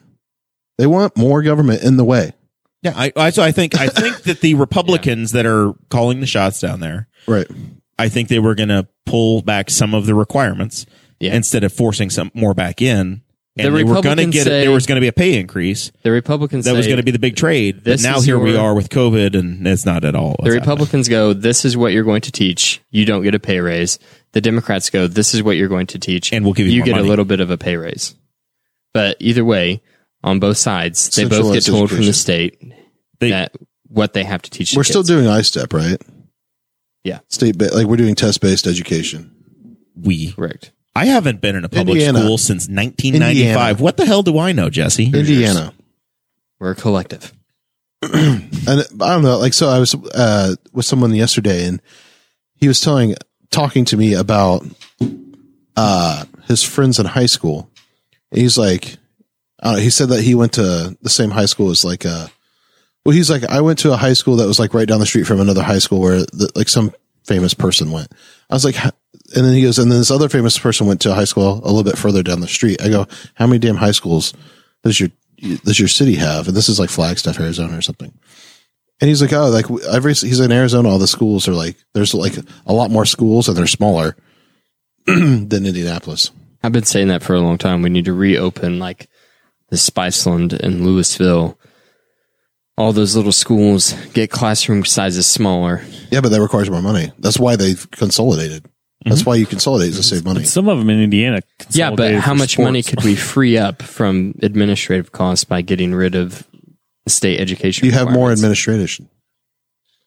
S2: They want more government in the way.
S1: Yeah, I, I so I think I
S2: *laughs*
S1: think that the Republicans that are calling the shots down there,
S2: Right.
S1: I think they were going to pull back some of the requirements
S3: Yeah.
S1: instead of forcing some more back in.
S3: The
S1: And they were going to
S3: Republicans
S1: get
S3: say-
S1: there was going to be a pay increase
S3: the Republicans
S1: that was
S3: say-
S1: going to be the big trade. But
S3: this
S1: now
S3: is
S1: here we
S3: your-
S1: are with COVID, and it's not at all.
S3: The
S1: what's happening.
S3: Republicans go, this is what you're going to teach. You don't get a pay raise. The Democrats go, this is what you're going to teach.
S1: And we'll give you more
S3: get
S1: money.
S3: a little bit of a pay raise. But either way, on both sides, they both get
S2: Centralized
S3: told from the
S2: education.
S3: state
S1: They-
S3: that what they have to teach. the
S2: We're still
S3: kids.
S2: doing iStep, right?
S3: Yeah.
S2: State ba- like we're doing test based education.
S1: we.
S3: correct.
S1: I haven't been in a public
S2: Indiana.
S1: school since 1995.
S2: Indiana.
S1: What the hell do I know, Jesse?
S2: Indiana.
S3: We're a collective.
S2: and I don't know, like so I was uh with someone yesterday and he was telling talking to me about uh his friends in high school. And he's like I don't know, he said that he went to the same high school as like uh well he's like I went to a high school that was like right down the street from another high school where the, like some famous person went. I was like "How-" and then he goes and then this other famous person went to a high school a little bit further down the street. I go, "How many damn high schools does your does your city have?" And this is like Flagstaff, Arizona or something. And he's like, oh, like every he's in Arizona. All the schools are like there's like a lot more schools and they're smaller *clears throat* than Indianapolis.
S3: I've been saying that for a long time. We need to reopen like the Spiceland and Louisville. All those little schools get classroom sizes smaller.
S2: Yeah, but that requires more money. That's why they've consolidated. That's
S3: Mm-hmm.
S2: why you consolidate is to save money.
S4: Some of them in Indiana.
S3: Yeah, but
S4: consolidated
S3: how
S4: for
S3: much money
S4: sports.
S3: could we free up from administrative costs by getting rid of the state education?
S2: You have more
S3: requirements?
S2: administration.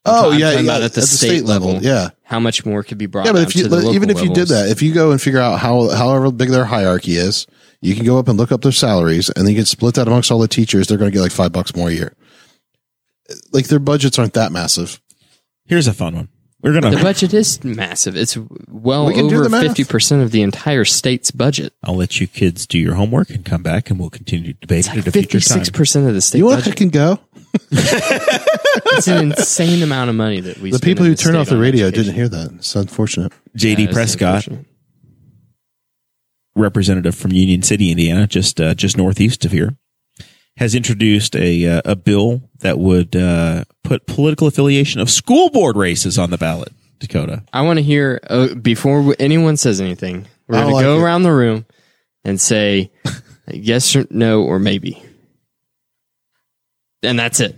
S2: Oh
S3: I'm
S2: yeah,
S3: talking
S2: yeah,
S3: about at the state level.
S2: Yeah,
S3: How much more could be brought?
S2: yeah, but if
S3: down
S2: you
S3: to the local
S2: even if you did
S3: levels?
S2: that, if you go and figure out how however big their hierarchy is, you can go up and look up their salaries, and then you can split that amongst all the teachers. They're going to get like five bucks more a year. Like their budgets aren't that massive.
S1: Here's a fun one. We're gonna.
S3: the budget is massive. It's well
S2: We can do
S3: over
S2: the math.
S3: fifty percent of the entire state's budget.
S1: I'll let you kids do your homework and come back, and we'll continue to debate it at a future time.
S3: Fifty-six percent of the state
S2: You want to
S3: budget.
S2: can go? *laughs*
S3: It's an insane amount of money that we.
S2: The
S3: spend
S2: people
S3: in
S2: who
S3: this
S2: turned
S3: state
S2: off the
S3: on
S2: radio
S3: education.
S2: didn't hear that. It's unfortunate.
S1: JD
S3: That is
S1: Prescott,
S3: unfortunate.
S1: representative from Union City, Indiana, just uh, just northeast of here, has introduced a uh, a bill that would uh, put political affiliation of school board races on the ballot. Dakota,
S3: I want to hear uh, before w- anyone says anything. We're
S2: I
S3: going
S2: like
S3: to go
S2: it.
S3: around the room and say *laughs* yes or no or maybe, and that's it.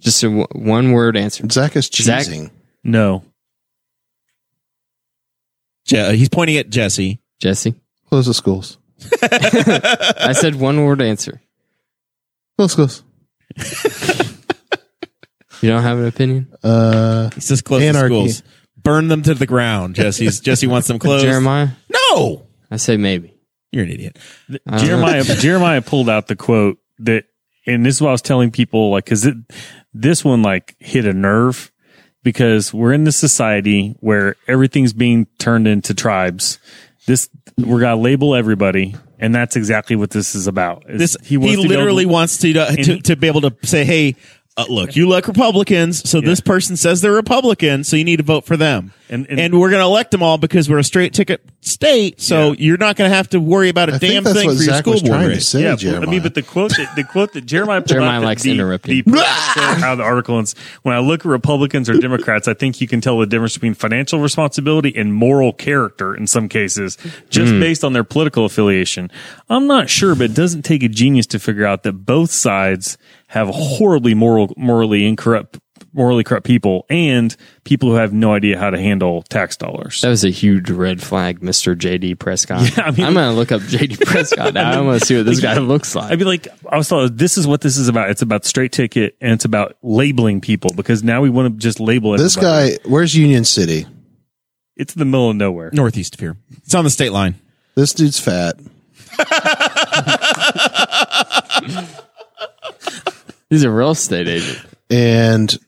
S3: Just a w- one word answer.
S2: Zach is
S3: Zach-
S2: cheesing.
S4: No.
S1: Je- uh, he's pointing at Jesse.
S3: Jesse,
S2: Close the schools.
S3: I said one word answer.
S2: Close schools.
S3: You don't have an opinion,
S2: Uh,
S1: He says close the
S2: Anarchy.
S1: schools, burn them to the ground. Jesse's Jesse wants them closed.
S3: Jeremiah?
S1: No,
S3: I say maybe.
S1: you're an idiot.
S3: I don't know. *laughs*
S4: Jeremiah Jeremiah pulled out the quote that, and this is what I was telling people, like, because this one like hit a nerve because we're in this society where everything's being turned into tribes, this we're gonna label everybody, and that's exactly what this is about. Is
S1: This he,
S4: wants to be able
S1: literally
S4: to-
S1: wants to to, to to be able to say, "Hey, uh, look, you like Republicans, so this person says they're Republican, so you need to vote for them,
S4: And-
S1: and
S4: and-
S1: and, we're going to elect them all because we're a straight ticket state, so you're not going to have to worry about a
S2: I
S1: damn
S2: think that's
S1: thing
S2: what
S1: for your
S2: Zach
S1: school
S2: was
S1: board
S2: trying to
S1: race."
S2: say,
S4: yeah,
S2: Jeremiah.
S4: I mean, but the quote that the quote that Jeremiah pulled
S3: Jeremiah
S4: out that
S3: likes
S4: the,
S3: interrupting.
S4: The quote out of the article and s- when I look at Republicans or Democrats, I think you can tell the difference between financial responsibility and moral character in some cases,
S3: Hmm.
S4: just based on their political affiliation. I'm not sure, but it doesn't take a genius to figure out that both sides have horribly moral, morally incorrupt, morally corrupt people and people who have no idea how to handle tax dollars.
S3: That was a huge red flag, Mr.
S2: *laughs*
S3: JD Prescott.
S4: Yeah, I
S3: I
S4: mean-
S3: am going to look up JD Prescott now. I want to see what this guy looks like.
S4: I'd be like, I was told this is what this is about. It's about straight ticket and it's about labeling people because now we want to just label
S2: this
S4: everybody.
S2: guy, where's Union City?
S4: It's in the middle of nowhere.
S1: Northeast of here, it's on the state line.
S2: This dude's fat.
S3: He's a real estate agent.
S2: And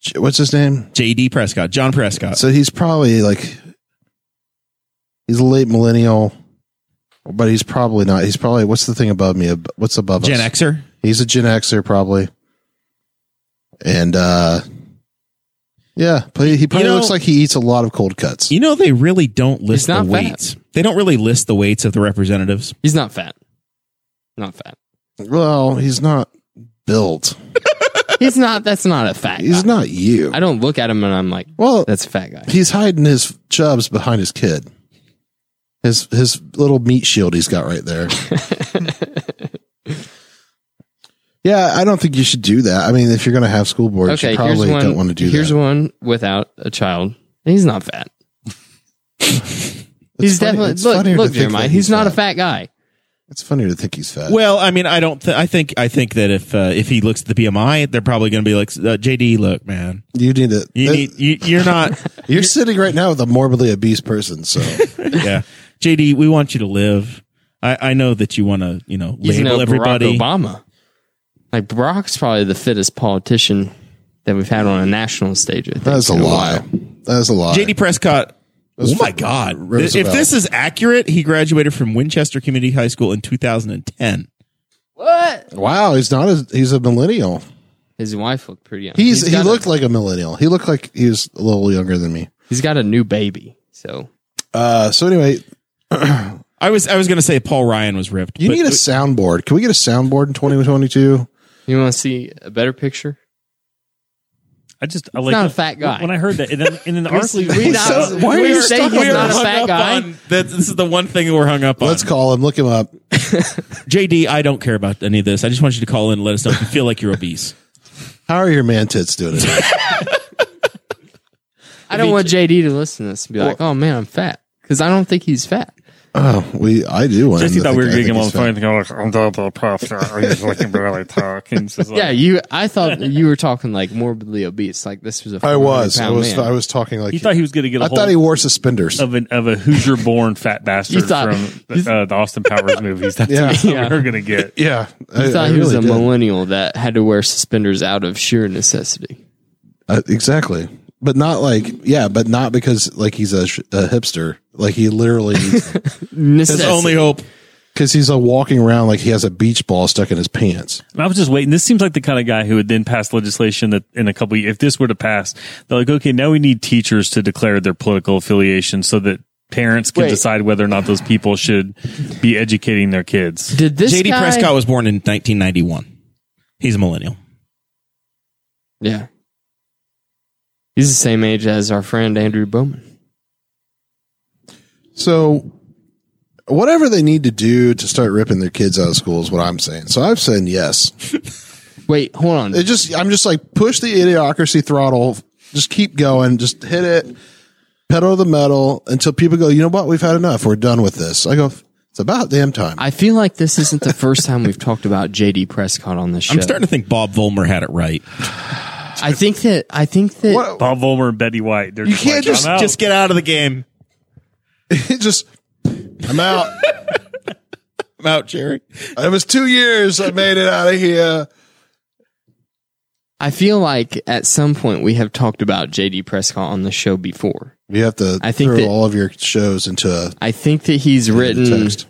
S2: J- what's his name?
S1: J.D. Prescott, John Prescott.
S2: So he's probably like he's a late millennial, but he's probably not. He's probably what's the thing above me? Ab- What's above
S1: Gen
S2: us?
S1: Xer.
S2: He's a Gen Xer probably. And uh yeah, but he probably
S1: know-
S2: looks like he eats a lot of cold cuts.
S1: You know they really don't list
S3: He's not
S1: the
S3: fat.
S1: weights. They don't really list the weights of the representatives.
S3: He's not fat. Not fat.
S2: Well, he's not built.
S3: He's not. That's not a fat.
S2: He's
S3: guy.
S2: not you.
S3: I don't look at him and I'm like,
S2: Well,
S3: that's a fat guy.
S2: he's hiding his chubs behind his kid. His his little meat shield he's got right
S3: *laughs*
S2: there. yeah, I don't think you should do that. I mean, if you're going to have school boards,
S3: Okay,
S2: you
S3: here's
S2: probably
S3: one.
S2: don't want to do
S3: here's
S2: that.
S3: one without a child. And he's not fat. he's
S2: funny-
S3: definitely
S2: it's
S3: look.
S2: funnier to
S3: Look,
S2: think that
S3: Jeremiah.
S2: he's
S3: He's not a
S2: fat.
S3: fat guy.
S2: It's funnier to think he's fat.
S1: Well, I mean, I don't. Th- I think I think that if uh, if he looks at the BMI, they're probably going to be like, uh, "J.D., look, man,
S2: you need to.
S1: you
S2: that-
S1: need you, you're not."
S2: you're sitting right now with a morbidly obese person, so
S1: *laughs* yeah. JD, we want you to live. I, I know that you want to, you know,
S3: He's
S1: label
S3: no
S1: everybody.
S3: Barack Obama. Like Barack's probably the fittest politician that we've had on a national stage. I think,
S2: that's a
S3: in
S2: lie.
S3: while.
S2: That's a lie.
S1: JD Prescott. Oh my
S2: from
S1: God.
S2: Roosevelt.
S1: If this is accurate, he graduated from Winchester Community High School in 2010.
S2: wow, he's not. A, he's a millennial.
S3: His wife looked pretty young.
S2: He's, he
S3: got
S2: looked
S3: A,
S2: like a millennial. He looked like he was a little younger than me.
S3: he's got a new baby. So
S2: Uh, so anyway,
S1: I was I was going to say Paul Ryan was ripped.
S2: you
S1: but-
S2: need a soundboard. Can we get a soundboard in 2022?
S3: you want to see a better picture?
S4: I just I like
S3: not a fat guy.
S4: When I heard that, and then,
S3: *laughs*
S4: and then the article,
S3: We, we
S2: *laughs*
S3: not,
S2: So- why are
S3: we
S2: you
S3: were saying
S2: stuck
S3: he's
S2: on
S3: not a
S1: hung
S3: fat
S1: up
S3: guy.
S1: on- that- this is the one thing we're hung up on.
S2: Let's call him. Look him up.
S1: JD, I don't care about any of this. I just want you to call in and let us know if you feel like you're obese.
S2: How are your man tits doing? It?
S3: I don't want JD to listen to this and be like, "Oh man, I'm fat," because I don't think he's fat.
S2: oh, we. I do. want
S4: Jesse
S2: him to
S4: thought we were
S2: think I
S4: getting him
S2: think
S4: on the
S2: he's
S4: phone.
S2: fat.
S4: And I'm like, I'm the the professor. I just fucking barely talk. And it's just like,
S3: Yeah, you. I thought that you were talking like morbidly obese, like this was a.
S2: I was. I
S3: 400-pound
S2: was.
S3: man.
S2: I was talking like.
S4: he thought he was going to get a
S2: I
S4: hold
S2: thought he wore suspenders.
S4: of an of a Hoosier born fat bastard
S3: You thought-
S4: from the, uh, the Austin
S2: *laughs*
S4: Powers movies. That's
S2: Yeah.
S4: what we were going to get.
S2: yeah, I,
S3: I thought
S2: I
S3: he was
S2: really did.
S3: a millennial that had to wear suspenders out of sheer necessity.
S2: Uh, exactly, but not like. Yeah, but not because like he's a, sh- a hipster. Like he literally
S1: His
S3: Necessity.
S1: only hope.
S2: because he's a walking around like he has a beach ball stuck in his pants.
S4: And I was just waiting. This seems like the kind of guy who would then pass legislation that in a couple, if this were to pass, they're like, okay, now we need teachers to declare their political affiliation so that parents can
S3: Wait.
S4: decide whether or not those people should be educating their kids.
S3: Did *laughs* this
S1: JD
S3: guy-
S1: Prescott was born in 1991. He's a millennial.
S3: Yeah, he's the same age as our friend Andrew Bowman.
S2: So, whatever they need to do to start ripping their kids out of school is what I'm saying. So I'm saying yes.
S3: Wait, hold on.
S2: It just I'm just like push the idiocracy throttle. Just keep going. Just hit it. Pedal to the metal until people go. You know what? We've had enough. We're done with this. I go. It's about damn time.
S3: I feel like this isn't the first time we've talked about JD Prescott on this show.
S1: I'm starting to think Bob Vollmer had it right.
S3: I think that I think that
S2: What- *laughs*
S4: Bob Vollmer and Betty White. They're
S1: You
S4: just
S1: can't
S4: like,
S1: just
S4: I'm out.
S1: just get out of the game.
S2: It just I'm out.
S1: I'm out, Jerry.
S2: it was two years. I made it out of here.
S3: I feel like at some point we have talked about JD Prescott on the show before.
S2: You have to
S3: I think
S2: throw
S3: that- Mm.
S2: all of your shows into a
S3: I think that he's written
S2: text.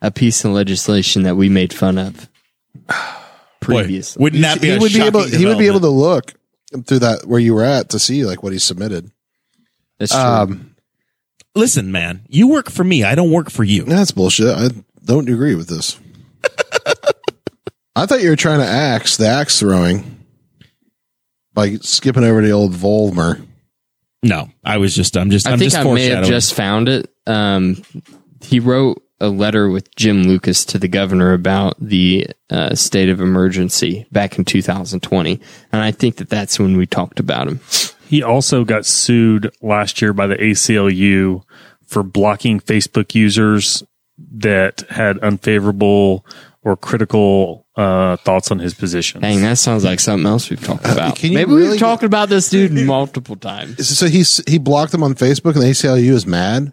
S3: a piece of legislation that we made
S2: *sighs*
S3: fun of previously.
S1: Wouldn't that be?
S2: he
S1: a
S2: would be able.
S1: shocking
S2: He would be able
S1: development?
S2: to look through that where you were at to see like what he submitted.
S3: That's true.
S2: um,
S1: Listen, man, you work for me. I don't work for you.
S2: That's bullshit. I don't agree with this. *laughs* I thought you were trying to axe the axe throwing by skipping over the old Volmer.
S1: No, I was just. I'm just.
S3: I
S1: I'm
S3: think
S1: just
S3: I may have
S1: foreshadowing.
S3: just found it. Um, he wrote a letter with Jim Lucas to the governor about the uh, state of emergency back in 2020, and I think that that's when we talked about him.
S4: He also got sued last year by the ACLU for blocking Facebook users that had unfavorable or critical uh, thoughts on his position.
S3: Dang, that sounds like something else we've talked about.
S2: Uh, can you
S3: Maybe
S2: really-
S3: we've talked about this
S2: *laughs*
S3: dude multiple times.
S2: So he s- he blocked them on Facebook, and the ACLU is mad.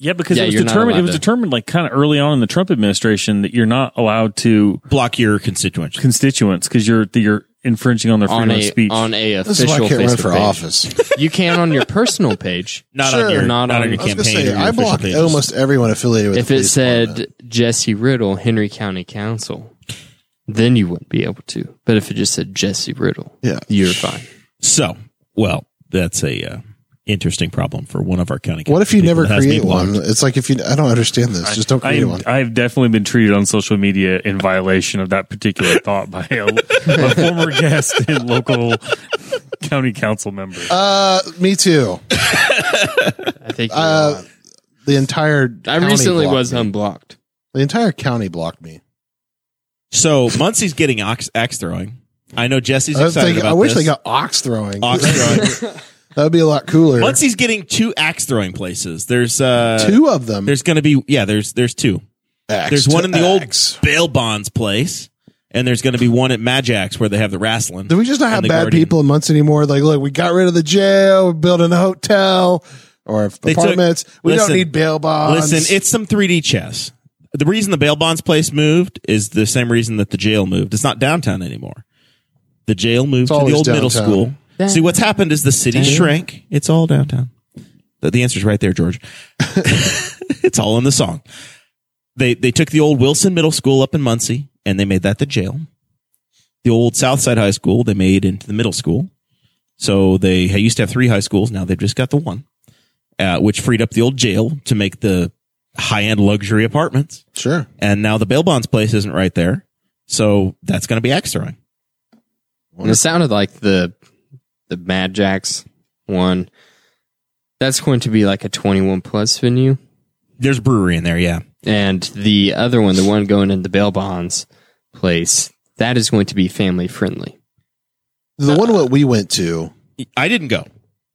S4: Yeah, because
S3: Yeah,
S4: it was
S3: you're not
S4: determined. It
S3: allowed
S4: was
S3: to-
S4: determined like kind of early on in the Trump administration that you're not allowed to
S1: block your constituents.
S4: constituents because you're that you're infringing on their
S3: On
S4: freedom of
S3: a
S4: speech.
S3: on a
S2: This is why I
S3: official
S2: can't run
S3: Facebook
S2: for
S3: page.
S2: office.
S3: *laughs* You can on your
S2: *laughs*
S3: personal page.
S1: Not
S2: Sure.
S1: on your.
S3: Not
S1: Not,
S3: on-
S1: on, your
S3: I
S2: I was
S1: campaign.
S2: gonna
S1: or
S2: say
S1: your
S2: I
S1: official
S2: blocked
S1: pages.
S2: almost everyone affiliated with.
S3: If
S2: the
S3: it
S2: police
S3: said
S2: department.
S3: Jesse Riddle, Henry County Council, then you wouldn't be able to. But if it just said Jesse Riddle,
S2: Yeah.
S3: you're fine.
S1: So, well, that's a uh, interesting problem for one of our county.
S2: what if you
S1: people
S2: never
S1: that has me
S2: create
S1: blocked.
S2: one? It's like if you. I don't understand this. Just don't
S4: I
S2: create one.
S4: I have definitely been treated on social media in violation of that particular thought by a,
S2: *laughs*
S4: a former guest and local county council member.
S2: Uh, me too.
S3: I think. you're
S2: Uh,
S3: right.
S2: the entire.
S3: I
S2: county
S3: recently
S2: blocked
S3: was um,
S2: me.
S3: unblocked.
S2: The entire county blocked me.
S1: So Muncie's getting ox, axe throwing. I know Jesse's
S2: I, was
S1: excited
S2: thinking-
S1: about
S2: I wish
S1: this.
S2: they got ox throwing. *laughs*
S1: ox throwing.
S2: that would be a lot cooler.
S1: Muncie's getting two axe throwing places. There's uh,
S2: Two of them.
S1: There's going to be yeah. There's there's two.
S2: Axe
S1: There's
S2: to
S1: one in the old
S2: axe.
S1: bail bonds place, and there's going to be one at Magic's where they have the wrestling.
S2: Do we just not
S1: and
S2: have
S1: the
S2: bad
S1: Guardian.
S2: people in months anymore? Like, look, we got rid of the jail, we're building a hotel or
S1: They took-
S2: apartments. we
S1: listen,
S2: don't need bail bonds.
S1: Listen, it's some 3D chess. The reason the bail bonds place moved is the same reason that the jail moved. It's not downtown anymore. The jail moved to the
S2: always
S1: old middle
S2: downtown.
S1: school. See, what's happened is the city shrank. It's all downtown. The, the answer's right there,
S2: *laughs*
S1: George. it's all in the song. They they took the old Wilson Middle School up in Muncie and they made that the jail. The old Southside High School they made into the middle school. So they used to have three high schools. Now they've just got the one, uh, which freed up the old jail to make the high end luxury apartments.
S2: sure.
S1: And now the bail bonds place isn't right there. So that's going to be axe throwing.
S3: And it sounded like the the Mad Jacks one. That's going to be like a 21 plus venue,
S1: There's brewery in there. Yeah.
S3: and the other one, the one going in the bail bonds place, that is going to be family friendly.
S2: The one what we went to.
S1: I didn't go.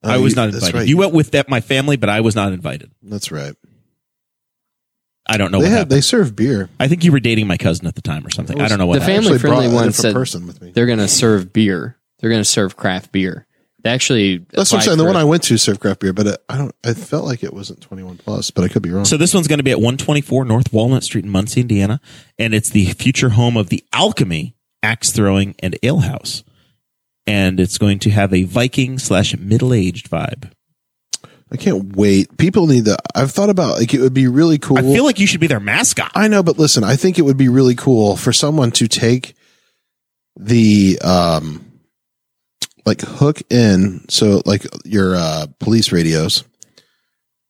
S2: Oh,
S1: Uh, I was
S2: you-
S1: not
S2: that's
S1: invited.
S2: right.
S1: You went with that, my family, but I was not invited.
S2: That's right.
S1: I don't know
S2: they
S1: what
S2: had
S1: happened.
S2: they serve beer.
S1: I think you were dating my cousin at the time or something. I don't know what
S3: The
S1: happened.
S3: family
S2: Actually brought
S3: friendly
S2: a
S3: one
S2: different
S3: said
S2: person with me.
S3: they're going to serve beer. They're going to serve craft beer. They actually
S2: That's what I'm
S3: applied
S2: saying. The
S3: for
S2: one
S3: a
S2: I went to served craft beer, but it, I don't. I felt like it wasn't 21 plus, but I could be wrong.
S1: So this one's going to be at 124 North Walnut Street in Muncie, Indiana, and it's the future home of the Alchemy Axe Throwing and Ale House, and it's going to have a Viking slash middle aged vibe.
S2: I can't wait. People need to. I've thought about like it would be really cool.
S1: I feel like you should be their mascot.
S2: I know, but listen, I think it would be really cool for someone to take the um like hook in so like your uh police radios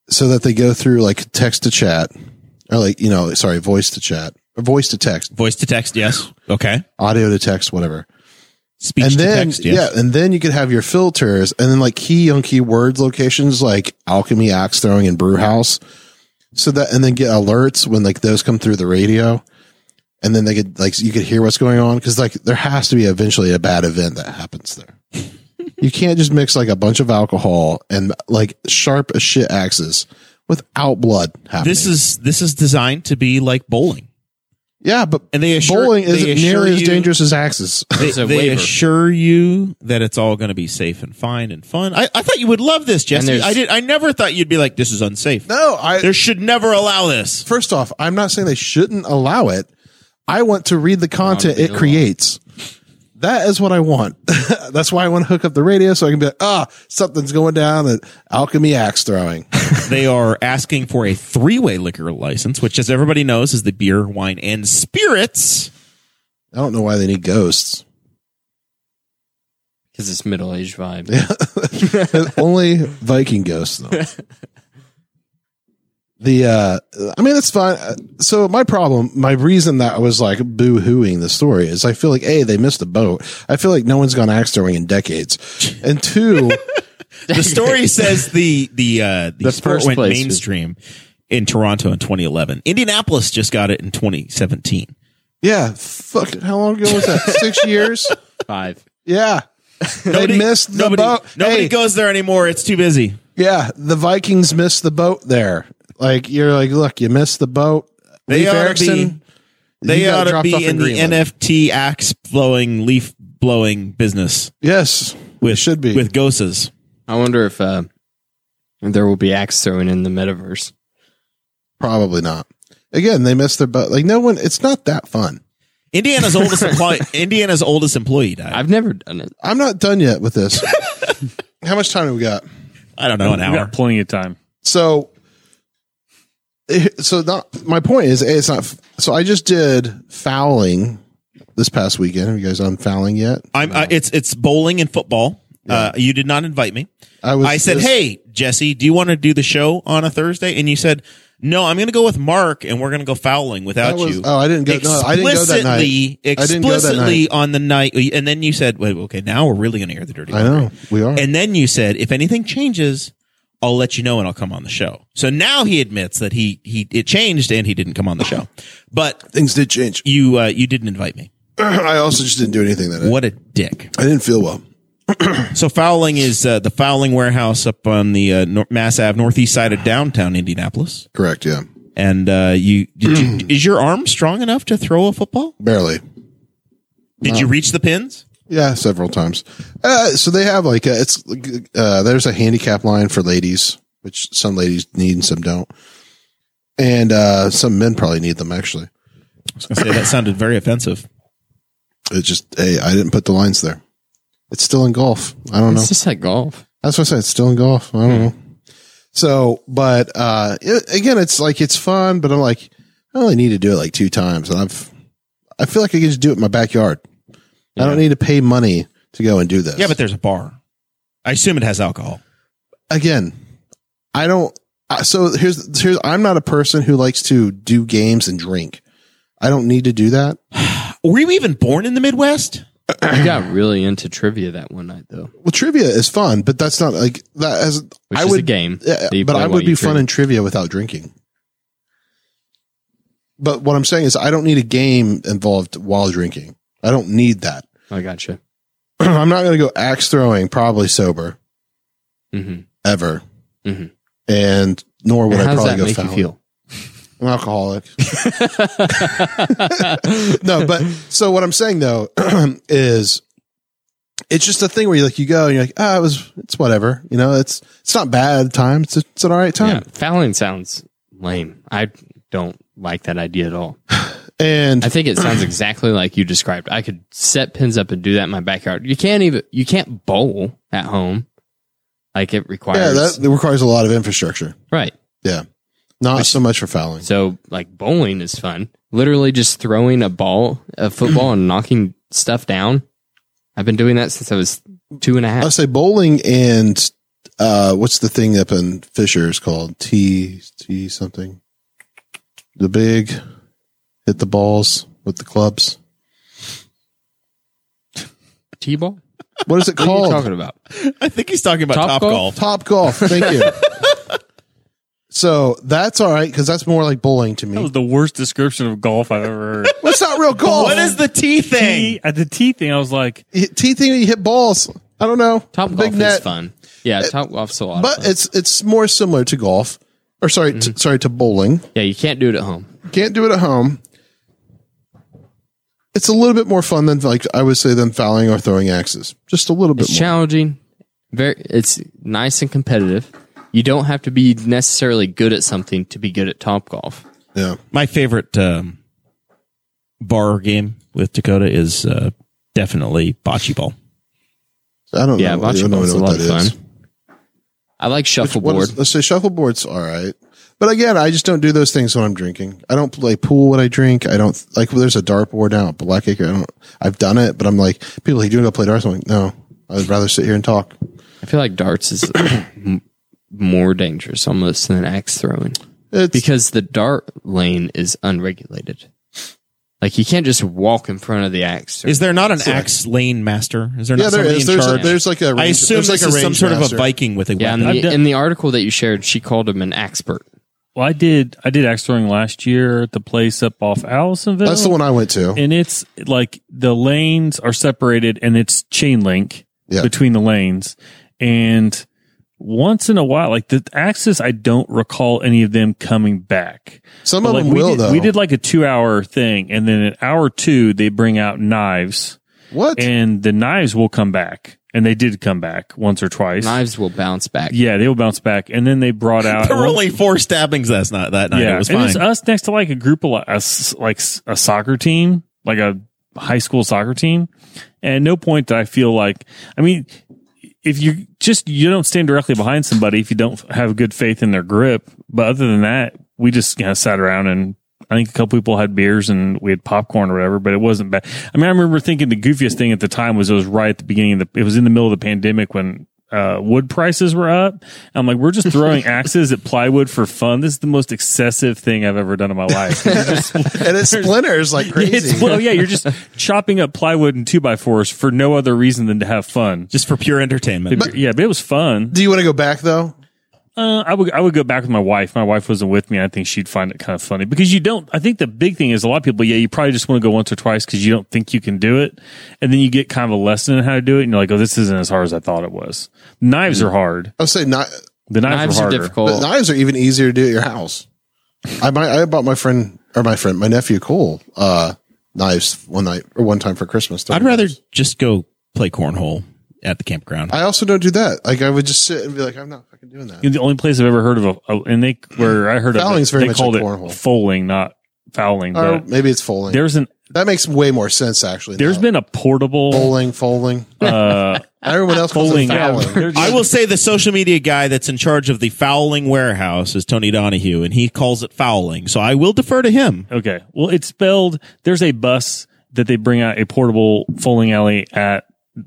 S2: so that they go through like text to chat or like you know sorry voice to chat or voice to text
S1: Voice to text, yes. Okay.
S2: audio to text whatever
S1: Speech
S2: and
S1: to
S2: then
S1: text, yes.
S2: yeah and then you could have your filters and then like key on keyword locations like alchemy axe throwing and brew house so that and then get alerts when like those come through the radio and then they could like you could hear what's going on because like there has to be eventually a bad event that happens there
S1: *laughs*
S2: you can't just mix like a bunch of alcohol and like sharp as shit axes without blood happening
S1: This is this is designed to be like bowling,
S2: yeah but
S1: and they assure
S2: bowling
S1: they
S2: isn't
S1: assure
S2: nearly as
S1: you-
S2: dangerous as axes
S1: They,
S3: There's a
S1: they
S3: waiver.
S1: assure you that it's all going to be safe and fine and fun. I, I thought you would love this, Jesse.
S3: there's-
S1: I did. I never thought you'd be like, this is unsafe.
S2: no i
S1: There should never allow this.
S2: first off, I'm not saying they shouldn't allow it. I want to read the content it
S3: Audio.
S2: creates. That is what I want. *laughs* That's why I want to hook up the radio so I can be like, ah, something's going down at Alchemy Axe Throwing. *laughs*
S1: They are asking for a three way liquor license, which, as everybody knows, is the beer, wine, and spirits.
S2: I don't know why they need ghosts. *laughs*
S3: because it's middle aged vibe.
S2: Only Viking ghosts, though. *laughs* the, uh, I mean, it's fine. Uh, So my problem, my reason that I was like boo hooing the story is I feel like, A, they missed the boat. I feel like no one's gone axe throwing in decades. And two,
S3: *laughs*
S1: The story says the the uh, the,
S3: The
S1: sport
S3: first
S1: went
S3: place was-
S1: mainstream in Toronto in 2011. Indianapolis just got it in 2017.
S2: yeah, fuck, how long ago was that?
S1: *laughs*
S2: Six years?
S3: *laughs* Five.
S2: Yeah.
S1: Nobody-
S2: they missed the
S1: nobody,
S2: boat.
S1: Nobody
S2: Hey.
S1: goes there anymore. It's too busy.
S2: Yeah, the Vikings missed the boat there. Like you're like, look, you missed the boat.
S1: They
S2: Leif
S1: ought to
S2: Erikson,
S1: They
S2: you got
S1: ought to
S2: dropped off
S1: be in the
S2: Greenland.
S1: NFT axe blowing leaf blowing business
S2: Yes,
S1: with
S2: it should be.
S1: with goses.
S3: I wonder if uh, there will be axe throwing in the metaverse.
S2: Probably not. Again, they missed their boat. Like no one. It's not that fun.
S1: Indiana's
S2: *laughs*
S1: oldest employee. Indiana's oldest employee died.
S3: I've never done it.
S2: I'm not done yet with
S1: *laughs*
S2: this. How much time do we got?
S1: I don't know an
S4: We
S1: hour.
S4: got plenty of time.
S2: So, eh, so not my point is eh, it's not. f- So I just did fouling this past weekend. Have you guys on fouling yet?
S1: I'm. Uh, it's it's bowling and football. Uh, you did not invite me.
S2: I was.
S1: I said,
S2: just-
S1: "Hey, Jesse, do you want to do the show on a Thursday?" And you said, "No, I'm going to go with Mark, and we're going to go fouling without
S2: That was-
S1: you."
S2: oh, I didn't go- no, I didn't go that night.
S1: Explicitly-
S2: I didn't go that
S1: Explicitly
S2: night.
S1: on the night, and then you said, "Wait, okay, now we're really going to air the dirty."
S2: I know we are.
S1: And then you said, "If anything changes, I'll let you know, and I'll come on the show." So now he admits that he he it changed, and he didn't come on the show. But
S2: Things did change.
S1: you uh, you didn't invite me.
S2: *clears throat* I also just didn't do anything that. night.
S1: What a dick!
S2: I didn't feel well.
S1: So fouling is uh, the fouling warehouse up on the uh, nor- Mass Ave northeast side of downtown Indianapolis.
S2: Correct. Yeah.
S1: And uh, you, did *clears throat* you is your arm strong enough to throw a football?
S2: Barely.
S1: Did you reach the pins?
S2: Yeah, several times. Uh, so they have like a, it's uh, there's a handicap line for ladies, which some ladies need and some don't, and uh, some men probably need them actually.
S1: I was going to say that sounded very offensive.
S2: It's just hey, I didn't put the lines there. It's still in golf. I don't know.
S3: It's just like golf.
S2: That's what I said. It's still in golf. I don't
S1: Hmm.
S2: know. So, but uh, it- again, it's like it's fun, but I'm like I only need to do it like two times, and I've I feel like I can just do it in my backyard. I don't need to pay money to go and do this.
S1: Yeah, but there's a bar. I assume it has alcohol.
S2: again, I don't. uh, So here's here's I'm not a person who likes to do games and drink. I don't need to do that.
S1: Were you even born in the Midwest?
S2: *clears throat*
S3: I got really into trivia that one night though,
S2: Well, trivia is fun, but that's not like that. As
S3: which
S2: I
S3: is
S2: would,
S3: a game.
S2: yeah,
S3: that you
S2: but
S3: play
S2: I
S3: while
S2: would
S3: you
S2: be fun
S3: drink.
S2: in trivia without drinking. But what I'm saying is, I don't need a game involved while drinking. I don't need that. *clears throat*
S3: I gotcha.
S2: I'm not going to go axe throwing probably sober
S3: Mm-hmm.
S2: ever,
S3: Mhm.
S2: and nor would I
S3: How does
S2: probably
S3: that
S2: go
S3: make
S2: foul.
S3: you feel?
S2: I'm an alcoholic. *laughs* no, but so what I'm saying though *clears throat* is it's just a thing where you like you go and you're like, ah, it was it's whatever. You know, it's it's not bad time. It's it's an all right
S3: *laughs* Yeah,
S2: time.
S3: fouling sounds lame. I don't like that idea at all.
S2: And
S3: I think it sounds exactly like you described. I could set pins up and do that in my backyard. You can't even you can't bowl at home. Like it
S2: yeah,
S3: requires
S2: that, that requires a lot of infrastructure.
S3: right.
S2: Yeah. Not so much for fouling.
S3: So like bowling is fun. Literally just throwing a ball, a football, and knocking stuff down. I've been doing that since I was two and a
S2: I would
S3: half.
S2: say bowling and uh what's the thing up in Fisher is called? T T something. The big hit the balls with the clubs.
S3: T-ball?
S2: What is it
S3: *laughs* What are you
S2: called?
S3: talking about?
S1: I think he's talking about Top,
S3: Top
S1: Golf.
S3: Golf?
S2: Top golf. Thank
S3: *laughs*
S2: you. so that's all right because that's more like bowling to
S4: That was
S2: me.
S4: the worst description of golf I've
S2: *laughs*
S4: ever heard.
S2: What's not
S3: *laughs*
S2: real golf?
S1: What is the T thing?
S4: T, at the T thing, I was like,
S2: You hit- tee thing? that You hit balls. I don't know.
S3: Top golf is fun. Yeah, top golf's a lot. of
S2: but
S3: fun.
S2: it's it's more similar to golf, or sorry,
S3: Mm-hmm.
S2: t- sorry to bowling.
S3: yeah, you can't do it at home.
S2: Can't do it at home. It's a little bit more fun than like I would say than fouling or throwing axes. Just a little bit
S3: It's
S2: more.
S3: challenging. Very, it's nice and competitive. You don't have to be necessarily good at something to be good at top golf.
S2: yeah.
S1: My favorite um, bar game with Dakota is uh, definitely bocce ball.
S2: I don't
S3: Yeah,
S2: know. I
S3: bocce
S2: don't know
S3: ball's a lot
S2: what
S3: of
S2: that
S3: fun.
S2: is.
S3: I like
S2: What
S3: shuffleboard.
S2: is- Let's say shuffleboard's all right. But again, I just don't do those things when I'm drinking. I don't play pool when I drink. I don't like. Well, there's a dartboard now, at Blackacre. I don't. I've done it, but I'm like, people, are like, do you want to go play darts? I'm like, no. I'd rather sit here and talk.
S3: I feel like
S2: *coughs*
S3: darts is m- more dangerous almost than axe throwing
S2: It's
S3: because the dart lane is unregulated. Like you can't just walk in front of the axe.
S1: Is there not an axe lane master? Is there
S2: yeah,
S1: not
S2: there
S1: somebody
S2: is.
S1: in
S2: There's a,
S1: charge?
S2: there's like a. Range,
S1: I assume
S2: there's like
S1: this is some sort of a
S2: rangemaster.
S1: Viking with a
S3: yeah, in
S1: weapon.
S3: the,
S4: done-
S3: in the article that you shared, she called him an expert.
S4: Well, I did. I did axe throwing last year at the place up off Allisonville.
S2: That's the one I went to.
S4: and it's like the lanes are separated, and it's chain link
S2: Yeah.
S4: between the lanes. And once in a while, like the axis, I don't recall any of them coming back.
S2: Some
S4: But,
S2: of
S4: like,
S2: them
S4: we
S2: will
S4: did,
S2: though.
S4: We did like a two-hour thing, and then at hour two, they bring out knives,
S2: what?
S4: and the knives will come back, and they did come back once or twice.
S3: Knives will bounce back.
S4: Yeah, they will bounce back, and then
S2: *laughs*
S4: they brought
S1: *laughs*
S4: out.
S1: there were only four stabbings that's not that night.
S4: yeah,
S1: it was
S4: and
S1: fine.
S4: it's us next to like a group of like a, s- like s- a soccer team, like a high school soccer team. And at no point did I feel like, I mean, if you just you don't stand directly behind somebody if you don't have good faith in their grip. But other than that, we just kind of sat around and I think a couple people had beers and we had popcorn or whatever. But it wasn't bad. I mean, I remember thinking the goofiest thing at the time was it was right at the beginning of the. It was in the middle of the pandemic when. Uh, wood prices were up. I'm like, we're just throwing axes at plywood for fun. This is the most excessive thing I've ever done in my life.
S2: and
S4: *laughs*
S2: it splinters like crazy.
S4: It's, well, yeah, you're just chopping up plywood and two by fours for no other reason than to have fun.
S1: just for pure entertainment.
S4: yeah, but it was fun.
S2: do you want to go back though?
S4: Uh, I would I would go back with my wife. My wife wasn't with me. and I think she'd find it kind of funny because you don't. I think the big thing is a lot of people. Yeah, you probably just want to go once or twice because you don't think you can do it, and then you get kind of a lesson in how to do it, and you're like, oh, this isn't as hard as I thought it was. Knives are hard.
S2: I would say not.
S4: The knives,
S3: Knives
S4: are
S3: are
S4: harder.
S3: difficult.
S2: But knives Mm. are even easier to do at your house. I might, I bought my friend or my friend, my nephew Cole, uh, knives one night or one time for Christmas.
S1: I'd rather just go play cornhole at the campground.
S2: I also don't do that. Like I would just sit and be like, I'm not fucking doing that.
S4: The only place I've ever heard of a, a- and they where I heard of
S2: Fouling's
S4: it,
S2: very
S4: they
S2: much
S4: called
S2: like
S4: it
S2: cornhole.
S4: foaling, not fouling.
S2: Or
S4: But
S2: maybe it's foaling.
S4: there's an
S2: that makes way more sense actually.
S4: There's
S2: now.
S4: been a portable
S2: bowling,
S4: *laughs*
S2: foaling. *laughs*
S4: uh,
S2: Everyone else calls it
S4: bowling. Yeah,
S2: fouling.
S4: there's-
S1: I will say the social media guy that's in charge of the fouling warehouse is Tony Donahue, and he calls it fouling. So I will defer to him.
S4: Okay. Well, it's spelled. There's a bus that they bring out a portable bowling alley at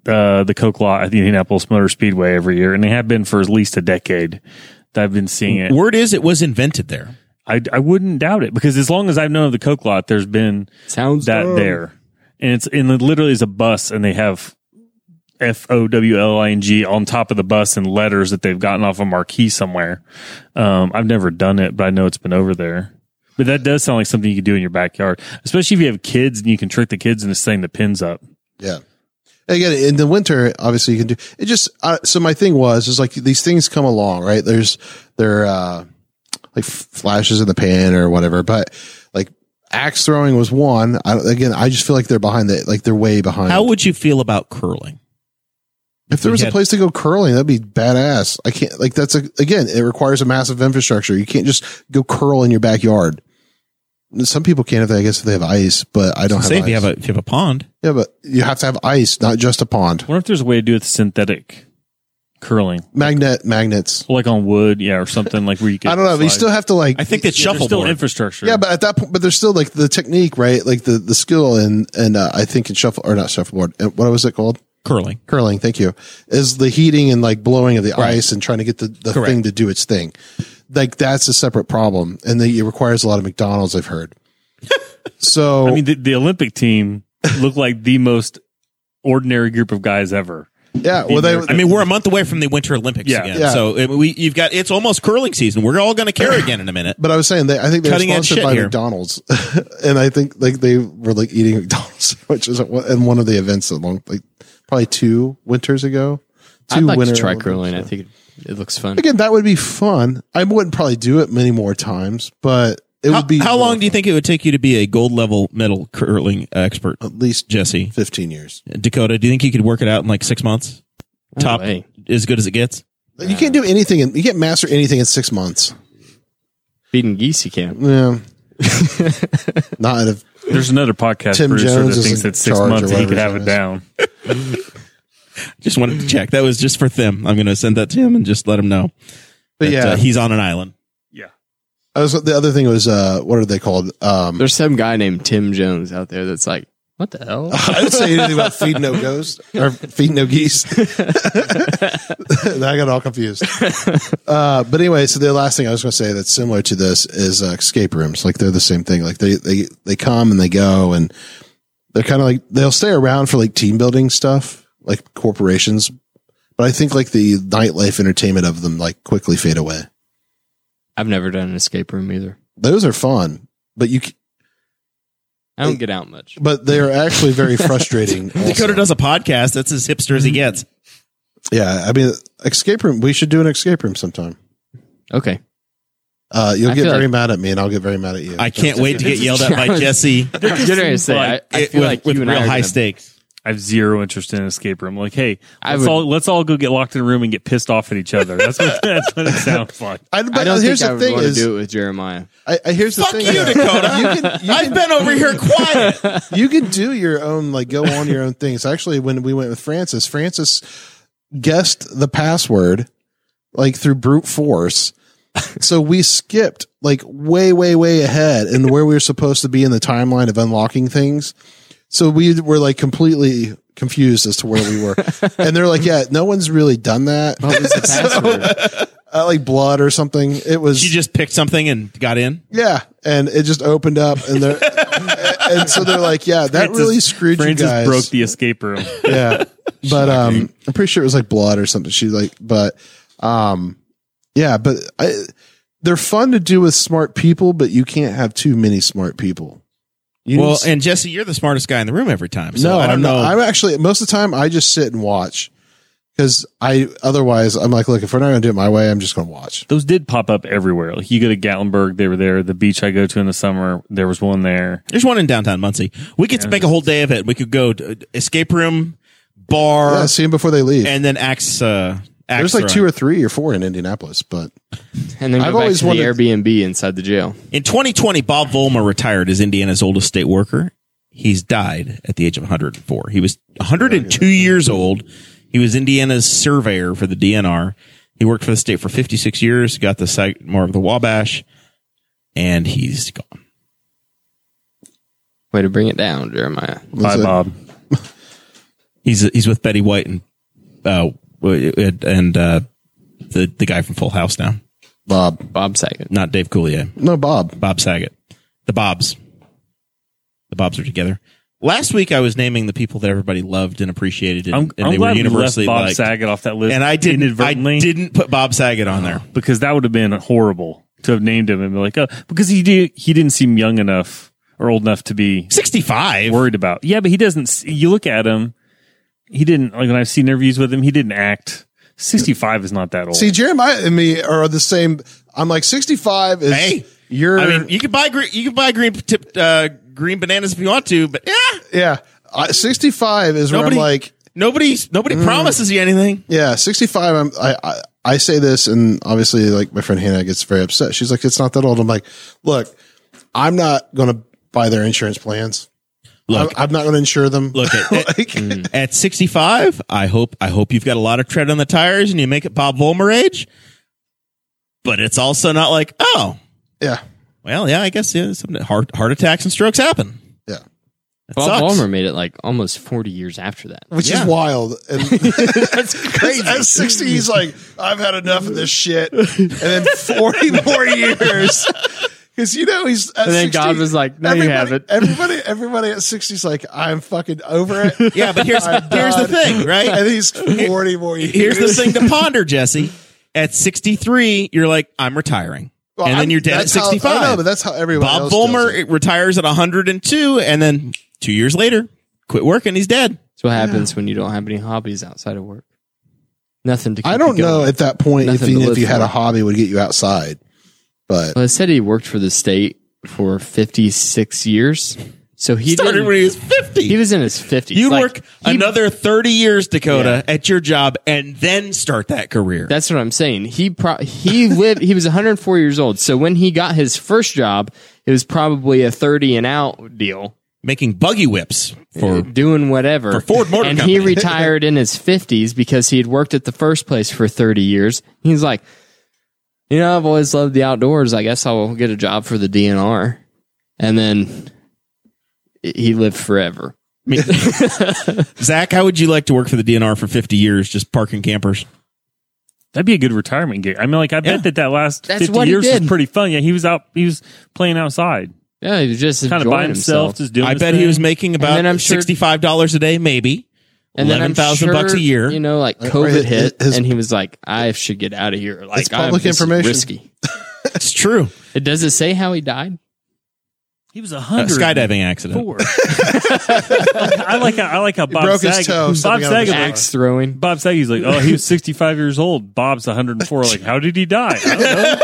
S4: uh, the Coke lot at the Indianapolis Motor Speedway every year, and they have been for at least a decade. That I've been seeing it.
S1: Word is it was invented there.
S4: I, I wouldn't doubt it because as long as I've known of the Coke lot, there's been
S3: Sounds
S4: that there, and it's and it literally is a bus, and they have F O W L I N G on top of the bus and letters that they've gotten off a marquee somewhere. Um, I've never done it, but I know it's been over there. But that does sound like something you could do in your backyard, especially if you have kids and you can trick the kids into setting the pins up.
S2: Yeah. And Again, in the winter, obviously you can do it. Just uh, so my thing was is like these things come along, right? There's they're uh, like f- flashes in the pan or whatever, but like axe throwing was one. I, don't- again, I just feel like they're behind the like they're way behind.
S1: How would you feel about curling?
S2: if there
S1: we
S2: was a
S1: had-
S2: place to go curling, that'd be badass. I can't like that's a, again, it requires a massive infrastructure. You can't just go curl in your backyard. Some people can if they, I guess if they have ice, but I don't have
S1: Say
S2: ice.
S1: if you have a if you have a pond.
S2: yeah, but you have to have ice, not just a pond.
S4: I wonder if there's a way to do it synthetic curling,
S2: Magnet magnets.
S4: like on wood, yeah, or something like where you can.
S2: I don't know. But you still have to like.
S1: I think that's
S4: there's still
S1: shuffleboard.
S4: infrastructure.
S2: Yeah, but at that point, but there's still like the technique, right? Like the the skill and and uh, I think in shuffle or not shuffleboard. And what was it called?
S1: curling.
S2: Curling. Thank you. Is the heating and like blowing of the ice and trying to get the, the
S1: Correct.
S2: thing to do its thing. Like that's a separate problem, and they, it requires a lot of McDonald's.
S1: *laughs*
S2: I've heard. so
S4: I mean, the, the
S2: *laughs*
S4: Olympic team looked like the most ordinary group of guys ever.
S2: yeah, well they.
S1: I mean, we're a month away from the Winter Olympics
S4: Yeah.
S1: again.
S2: Yeah.
S1: So it, we, you've got it's almost curling season. We're all going to care again in a minute.
S2: but I was saying they, I think they're
S1: Cutting edge
S2: sponsored
S1: shit
S2: by
S1: here.
S2: McDonald's, *laughs* and I think like they were like eating McDonald's, *laughs* which is at one- in one of the events that long like probably two winters ago. Two
S3: I'd like
S2: winter
S3: to try
S2: Olympics,
S3: curling.
S2: yeah.
S3: I think it, it looks fun.
S2: again, that would be fun. I wouldn't probably do it many more times, but *laughs* it
S1: How,
S2: would be
S1: how
S2: more
S1: long do you think it would take you to be a gold level medal curling expert,
S2: fun. At least
S1: Jesse?
S2: fifteen years.
S1: Dakota, do you think you could work it out in like six months? Top
S3: way.
S1: as good as it gets.
S2: You can't do anything. In, you can't master anything in six months.
S1: *laughs*
S3: Feeding geese, you can.
S2: Yeah, not at a
S4: There's another podcast
S2: Tim
S4: producer
S2: Jones
S4: that
S2: is
S4: thinks
S2: in
S4: that six
S2: charge or
S4: months he
S2: whatever
S4: could
S2: his
S4: have
S2: name
S4: it
S2: is.
S4: down.
S1: Just wanted to check. That was just for them. I'm going to send that to him and just let him know.
S2: But
S1: that,
S2: yeah,
S1: uh, he's on an island.
S4: Yeah.
S2: I was, the other thing was uh, what are they called? Um,
S3: There's some guy named Tim Jones out there that's like, what the hell?
S2: I didn't say anything about feed no goes or feed no geese. *laughs* I got all confused. Uh, but anyway, so the last thing I was going to say that's similar to this is uh, escape rooms. Like they're the same thing. Like they they they come and they go, and they're kind of like they'll stay around for like team building stuff, like corporations. But I think like the nightlife entertainment of them like quickly fade away.
S3: I've never done an escape room either.
S2: Those are fun, but you c-
S3: I don't get out much.
S2: but they are actually very frustrating.
S1: Dakota
S2: also.
S1: does a podcast. That's as hipster as he gets.
S2: Yeah, I mean, escape room. We should do an escape room sometime.
S3: Okay.
S2: Uh, you'll
S3: I
S2: get
S3: feel
S2: very
S3: like-
S2: mad at me, and I'll get very mad at you.
S1: I can't wait to get yelled at by Jesse.
S3: You're gonna say, I, I
S1: It-
S3: feel
S1: with,
S3: like
S1: with
S3: you and I
S1: real
S3: are
S1: high
S3: gonna-
S1: stakes.
S4: I have zero interest in an escape room. Like, hey,
S3: I
S4: let's
S3: would-
S4: all let's all go get locked in a room and get pissed off at each other. That's what *laughs* that's what it sounds like.
S2: I, but uh,
S3: I don't
S2: here's
S3: think
S2: the
S3: I would
S2: thing
S3: want
S2: is,
S3: to do it with Jeremiah.
S2: I, I, here's the
S1: Fuck
S2: thing.
S1: you,
S2: though.
S1: Dakota.
S2: *laughs* you can you
S1: I've been over here quiet.
S2: you can do your own like go on your own things actually when we went with francis francis guessed the password like through brute force so we skipped like way way way ahead and where we were supposed to be in the timeline of unlocking things so we were like completely confused as to where we were and they're like yeah no one's really done that
S3: What was the
S2: *laughs*
S3: password?
S2: uh, like blood or something it was
S1: She just picked something and got in.
S2: yeah and it just opened up and they're *laughs* and so they're like yeah that
S4: Francis-
S2: really screwed
S4: Francis
S2: you guys
S4: broke the
S1: *laughs*
S4: escape room.
S2: *laughs* yeah but um i'm pretty sure it was like blood or something she like but um yeah but i they're fun to do with smart people but you can't have too many smart people you
S1: well,
S2: need-
S1: and Jesse, you're the smartest guy in the room every time. So
S2: no
S1: I don't
S2: I'm
S1: know.
S2: not, i'm actually most of the time i just sit and watch because i otherwise i'm like look if we're not gonna do it my way i'm just gonna watch
S4: Those did pop up everywhere. Like you go to Gatlinburg, they were there. The beach I go to in the summer, there was one there.
S1: There's one in downtown Muncie. We could make a whole day of it. We could go to uh, escape room, bar,
S2: yeah, see them before they leave
S1: and then axe. Uh, axe
S2: there's like
S1: throwing.
S2: two or three or four in indianapolis but
S3: And then go
S2: I've
S3: back
S2: always
S3: to
S2: wondered-
S3: the Airbnb inside the jail.
S1: in 2020, Bob Volmer retired as Indiana's oldest state worker. He's died at the age of 104. He was 102 years old. He was Indiana's surveyor for the DNR. He worked for the state for 56 years, got the site more of the Wabash, and he's gone.
S3: Way to bring it down, Jeremiah.
S4: Bye,
S2: it-
S4: Bob.
S1: He's he's with Betty White and uh and uh the the guy from Full House now,
S2: bob
S3: Bob Saget.
S1: not Dave Coulier.
S2: no bob
S1: Bob Saget. The Bobs. The Bobs are together. Last week I was naming the people that everybody loved and appreciated and,
S4: I'm,
S1: and
S4: I'm
S1: they
S4: glad
S1: were
S4: we left
S1: universally
S4: Bob
S1: liked.
S4: Saget off that list,
S1: and I didn't I
S4: inadvertently Oh.
S1: didn't put Bob Saget on there.
S4: because that would have been horrible to have named him and be like, oh, because he did he didn't seem young enough or old enough to be
S1: 65.
S4: worried about. Yeah, but he doesn't. s- You look at him, he didn't like when I've seen interviews with him. He didn't act. Sixty five is not that old.
S2: see jeremiah and me are the same i'm like 65 is
S1: Hey.
S2: you're
S1: I mean, you can buy green you can buy green tip uh, green bananas if you want to, but yeah,
S2: Yeah. I 65 is
S1: nobody
S2: where I'm like,
S1: nobody nobody promises you anything.
S2: yeah, 65. I'm, I, I, I say this and obviously like my friend Hannah gets very upset. She's like, it's not that old. I'm like, look, I'm not going to buy their insurance plans. I'm,
S1: Look,
S2: I'm not going to insure them.
S1: look Mm. at, at,
S2: *laughs* like,
S1: at 65, I hope I hope you've got a lot of tread on the tires and you make it Bob Volmer age. But it's also not like, oh,
S2: yeah.
S1: Well, yeah, I guess yeah, some heart heart attacks and strokes happen.
S2: Yeah.
S1: That
S3: Bob
S1: sucks.
S3: Palmer made it like almost 40 years after that.
S2: Which
S1: Yeah.
S2: is wild. *laughs* And that's crazy. At 60, he's like, I've had enough of this shit. And then 40 more years. Cause you know, he's, at
S3: And then God
S2: 60
S3: was like, "No, you
S2: everybody-
S3: haven't." *laughs*
S2: Everybody, everybody at 60 is like, I'm fucking over
S1: *laughs*
S2: it.
S1: Yeah, but
S2: *laughs*
S1: here's
S2: I'm
S1: here's the
S2: done.
S1: thing,
S2: and *laughs*
S1: right?
S2: he's 40 more years.
S1: Here's the thing to ponder, Jesse. At 63, you're like, I'm retiring,
S2: Well,
S1: and then
S2: I'm-
S1: you're dead at
S2: that's how-
S1: 65.
S2: I know, but that's how everyone
S1: Bob
S2: else does
S1: Vollmer
S2: it.
S1: it retires at 102, and then two years later, quit working, he's dead.
S3: That's what happens when you don't have any hobbies outside of work. Nothing to keep
S2: I
S3: you
S2: don't know
S3: going.
S2: at that point if
S3: Nothing to
S2: you, if
S3: live
S2: you had
S3: for.
S2: a hobby it would get you outside, but
S3: Well, it said he worked for the state for 56 years. So he
S1: Started
S3: didn't-
S1: when he was 50.
S3: he was in his 50s.
S1: you
S3: Like,
S1: work
S3: he-
S1: another 30 years, Dakota, at your job, and then start that career.
S3: That's *laughs* what I'm saying. He pro- he lived. He was 104 years old. So when he got his first job, it was probably a 30 and out deal
S1: making buggy whips for
S3: doing whatever
S1: For Ford Motor
S3: and
S1: Company. *laughs*
S3: he retired in his 50s because he had worked at the first place for 30 years he's like you know i've always loved the outdoors i guess i'll get a job for the dnr and then he lived forever
S1: I mean, Zach, how would you like to work for the DNR for 50 years, just parking campers?
S4: That'd be a good retirement gig. I mean, like I
S1: Yeah.
S4: bet that that last
S3: That's
S4: fifty
S3: what he
S4: years was
S3: did.
S4: pretty fun. Yeah, he was out. He was playing outside,
S3: yeah he was just
S4: kind of by himself, just doing.
S1: I
S4: his
S1: bet he
S4: thing.
S1: was making about
S3: then I'm sure-
S1: $65 a day, maybe.
S3: and then I'm
S1: 11,000 bucks a year.
S3: You know, like
S2: or
S3: COVID
S2: his-
S3: hit,
S2: his-
S3: and he was like, "I should get out of here." Like,
S2: It's
S3: I'm-
S2: public
S3: this is
S2: information.
S3: risky.
S1: It's true.
S3: It does it say how he died?
S4: He was
S1: A
S4: hundred
S1: skydiving accident.
S4: *laughs* I like how I like how Bob
S2: broke his
S4: Saget.
S2: toe
S4: Bob
S2: stepping on a
S4: Saget.
S2: bar.
S4: Like,
S3: Axe throwing.
S4: Bob Saget's like, oh,
S1: *laughs*
S4: he was sixty-five years old. Bob's one hundred and four. Like, how did he die?
S1: *laughs*
S4: I don't know.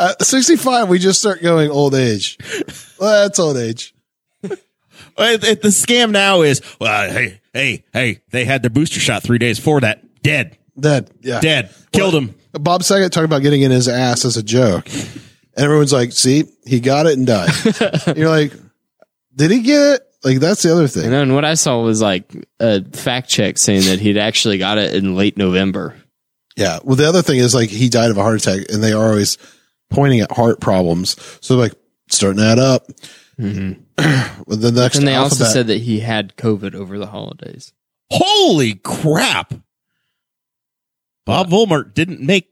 S2: Uh, 65, we just start going old age. Well, that's old age.
S1: Uh, The the scam now is, well, hey, hey, hey, they had their booster shot three days before that. Dead,
S2: Dead. Yeah.
S1: dead, killed him.
S2: Bob Saget talked about getting in his ass as a joke. And everyone's like, see, he got it and
S3: *laughs*
S2: died. And you're like, did he get it? Like, that's the other
S3: And
S2: thing.
S3: then what I saw was like a fact check saying that he'd actually got it in late November.
S2: Yeah. Well, the other thing is like, he died of a heart attack and they are always pointing at heart problems. So like, starting that up. *clears throat*
S1: Mm-hmm.
S2: With the next
S3: And they also
S2: alphabet.
S3: said that he had COVID over the holidays.
S1: Holy crap. Bob Volmert didn't make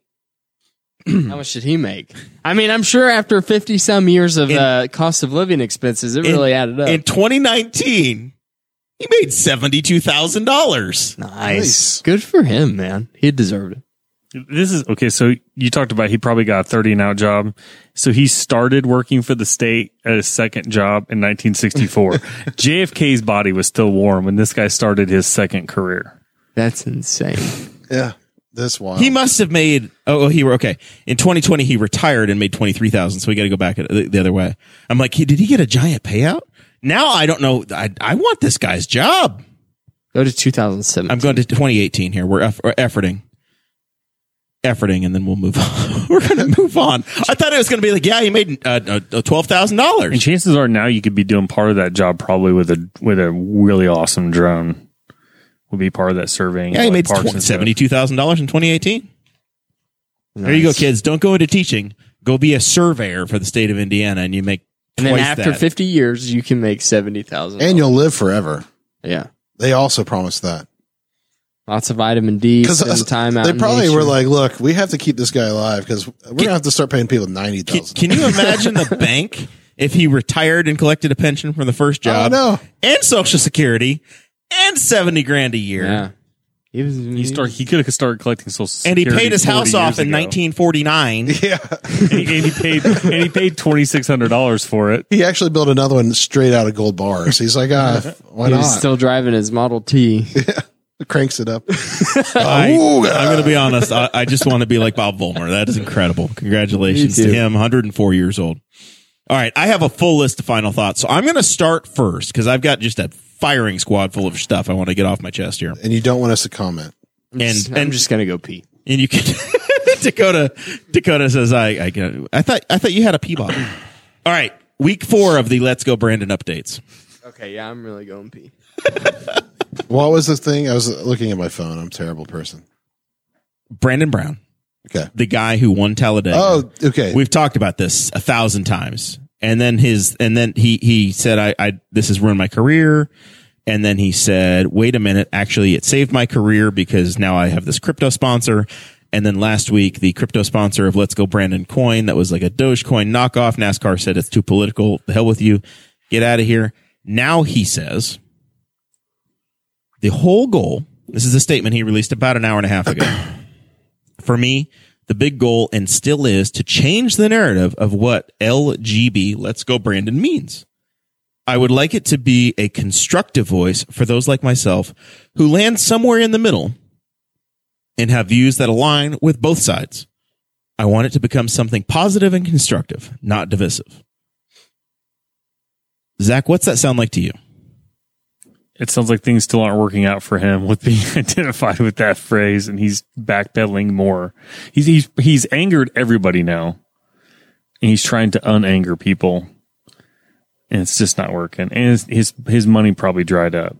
S1: Mm-hmm.
S3: How much did he make? I mean, I'm sure after 50 some years of
S1: In-
S3: uh, cost of living expenses, it
S1: in-
S3: really added up.
S1: in 2019. He made $72,000.
S3: nice. Good for him, man. He deserved it.
S4: This is okay. So you talked about he probably got a thirty and out job. So he started working for the state at his second job in 1964.
S1: *laughs*
S4: JFK's body was still warm when this guy started his second career.
S3: That's insane.
S2: yeah. This one.
S1: He must have made. Oh, oh, he were okay. In 2020, he retired and made 23,000. So we got to go back the, the other way. I'm like, he- did he get a giant payout? Now I don't know. I, I want this guy's job.
S3: Go to 2007.
S1: I'm going to 2018 here. We're, eff- we're efforting, efforting, and then we'll move *laughs* on. we're
S3: *laughs*
S1: going to move on. I thought it was going to be like, yeah, he made uh, uh,
S4: And
S1: $12,000.
S4: chances are now you could be doing part of that job probably with a with a really awesome drone. Would be part of that surveying.
S1: Yeah, he
S4: like
S1: made
S4: parks
S3: uh,
S4: and stuff.
S1: $72,000 in 2018. There you go, kids. Don't go into teaching. Go be a surveyor for the state of Indiana, and you make.
S3: And then
S1: twice
S3: after
S1: that.
S3: 50 years, you can make 70,000.
S2: and you'll live forever.
S3: Yeah.
S2: They also promised that.
S3: Lots of vitamin D,
S2: us-
S3: spend time out.
S2: they
S3: in
S2: probably
S3: nature.
S2: were like, "Look, we have to keep this guy alive because we're gonna have to start paying people ninety
S1: Can,
S2: thousand.
S1: can
S3: *laughs*
S1: you imagine the bank if he retired and collected a pension from the first
S2: Oh
S1: job
S2: no,
S1: and social security and 70 grand a year?
S3: yeah. He was,
S4: He start he could have started collecting social
S1: And he
S4: Security
S1: paid his
S4: 40
S1: house
S4: years
S1: off in
S4: ago.
S3: *laughs*
S1: 1949.
S2: yeah,
S4: and, he, and he paid and he paid twenty six hundred dollars for it.
S2: he actually built another one straight out of gold bars. He's like, ah, f- why
S3: he
S2: not?
S3: was still driving his Model T.
S2: *laughs* Cranks it up.
S1: I,
S2: Ooh.
S1: am going to be honest. I, I just want to be like Bob Vollmer. That is incredible. Congratulations
S3: Me
S1: to
S3: too.
S1: him. 104 years old. All right. I have a full list of final thoughts. So I'm going to start first because I've got just a firing squad full of stuff I want to get off my chest here.
S2: and you don't want us to comment.
S1: And,
S3: *laughs* I'm
S1: and
S3: just gonna go pee.
S1: and you can *laughs* Dakota Dakota says I I can I thought I thought you had a Peabody. All right, week 4 of the Let's Go Brandon updates.
S3: Okay, yeah, I'm really going pee.
S2: What was the thing? I was looking at my phone. I'm a terrible person.
S1: Brandon Brown,
S2: Okay.
S1: the guy who won Talladega.
S2: Oh, okay.
S1: We've talked about this a thousand times. And then his and then he he said I I this has ruined my career. And then he said, "Wait a minute, actually it saved my career because now I have this crypto sponsor." And then last week, the crypto sponsor of Let's Go Brandon Coin, that was like a Dogecoin knockoff, NASCAR said it's too political. The hell with you. Get out of here. Now he says, the whole goal, this is a statement he released about an hour and a half ago. For me, the big goal and still is to change the narrative of what LGB, let's go Brandon means. I would like it to be a constructive voice for those like myself who land somewhere in the middle and have views that align with both sides. I want it to become something positive and constructive, not divisive. Zach, what's that sound like to you?
S4: It sounds like things still aren't working out for him with being *laughs* identified with that phrase, and he's backpedaling more. He's he's he's angered everybody now and he's trying to unanger people, and it's just not working. And his his, his money probably dried up.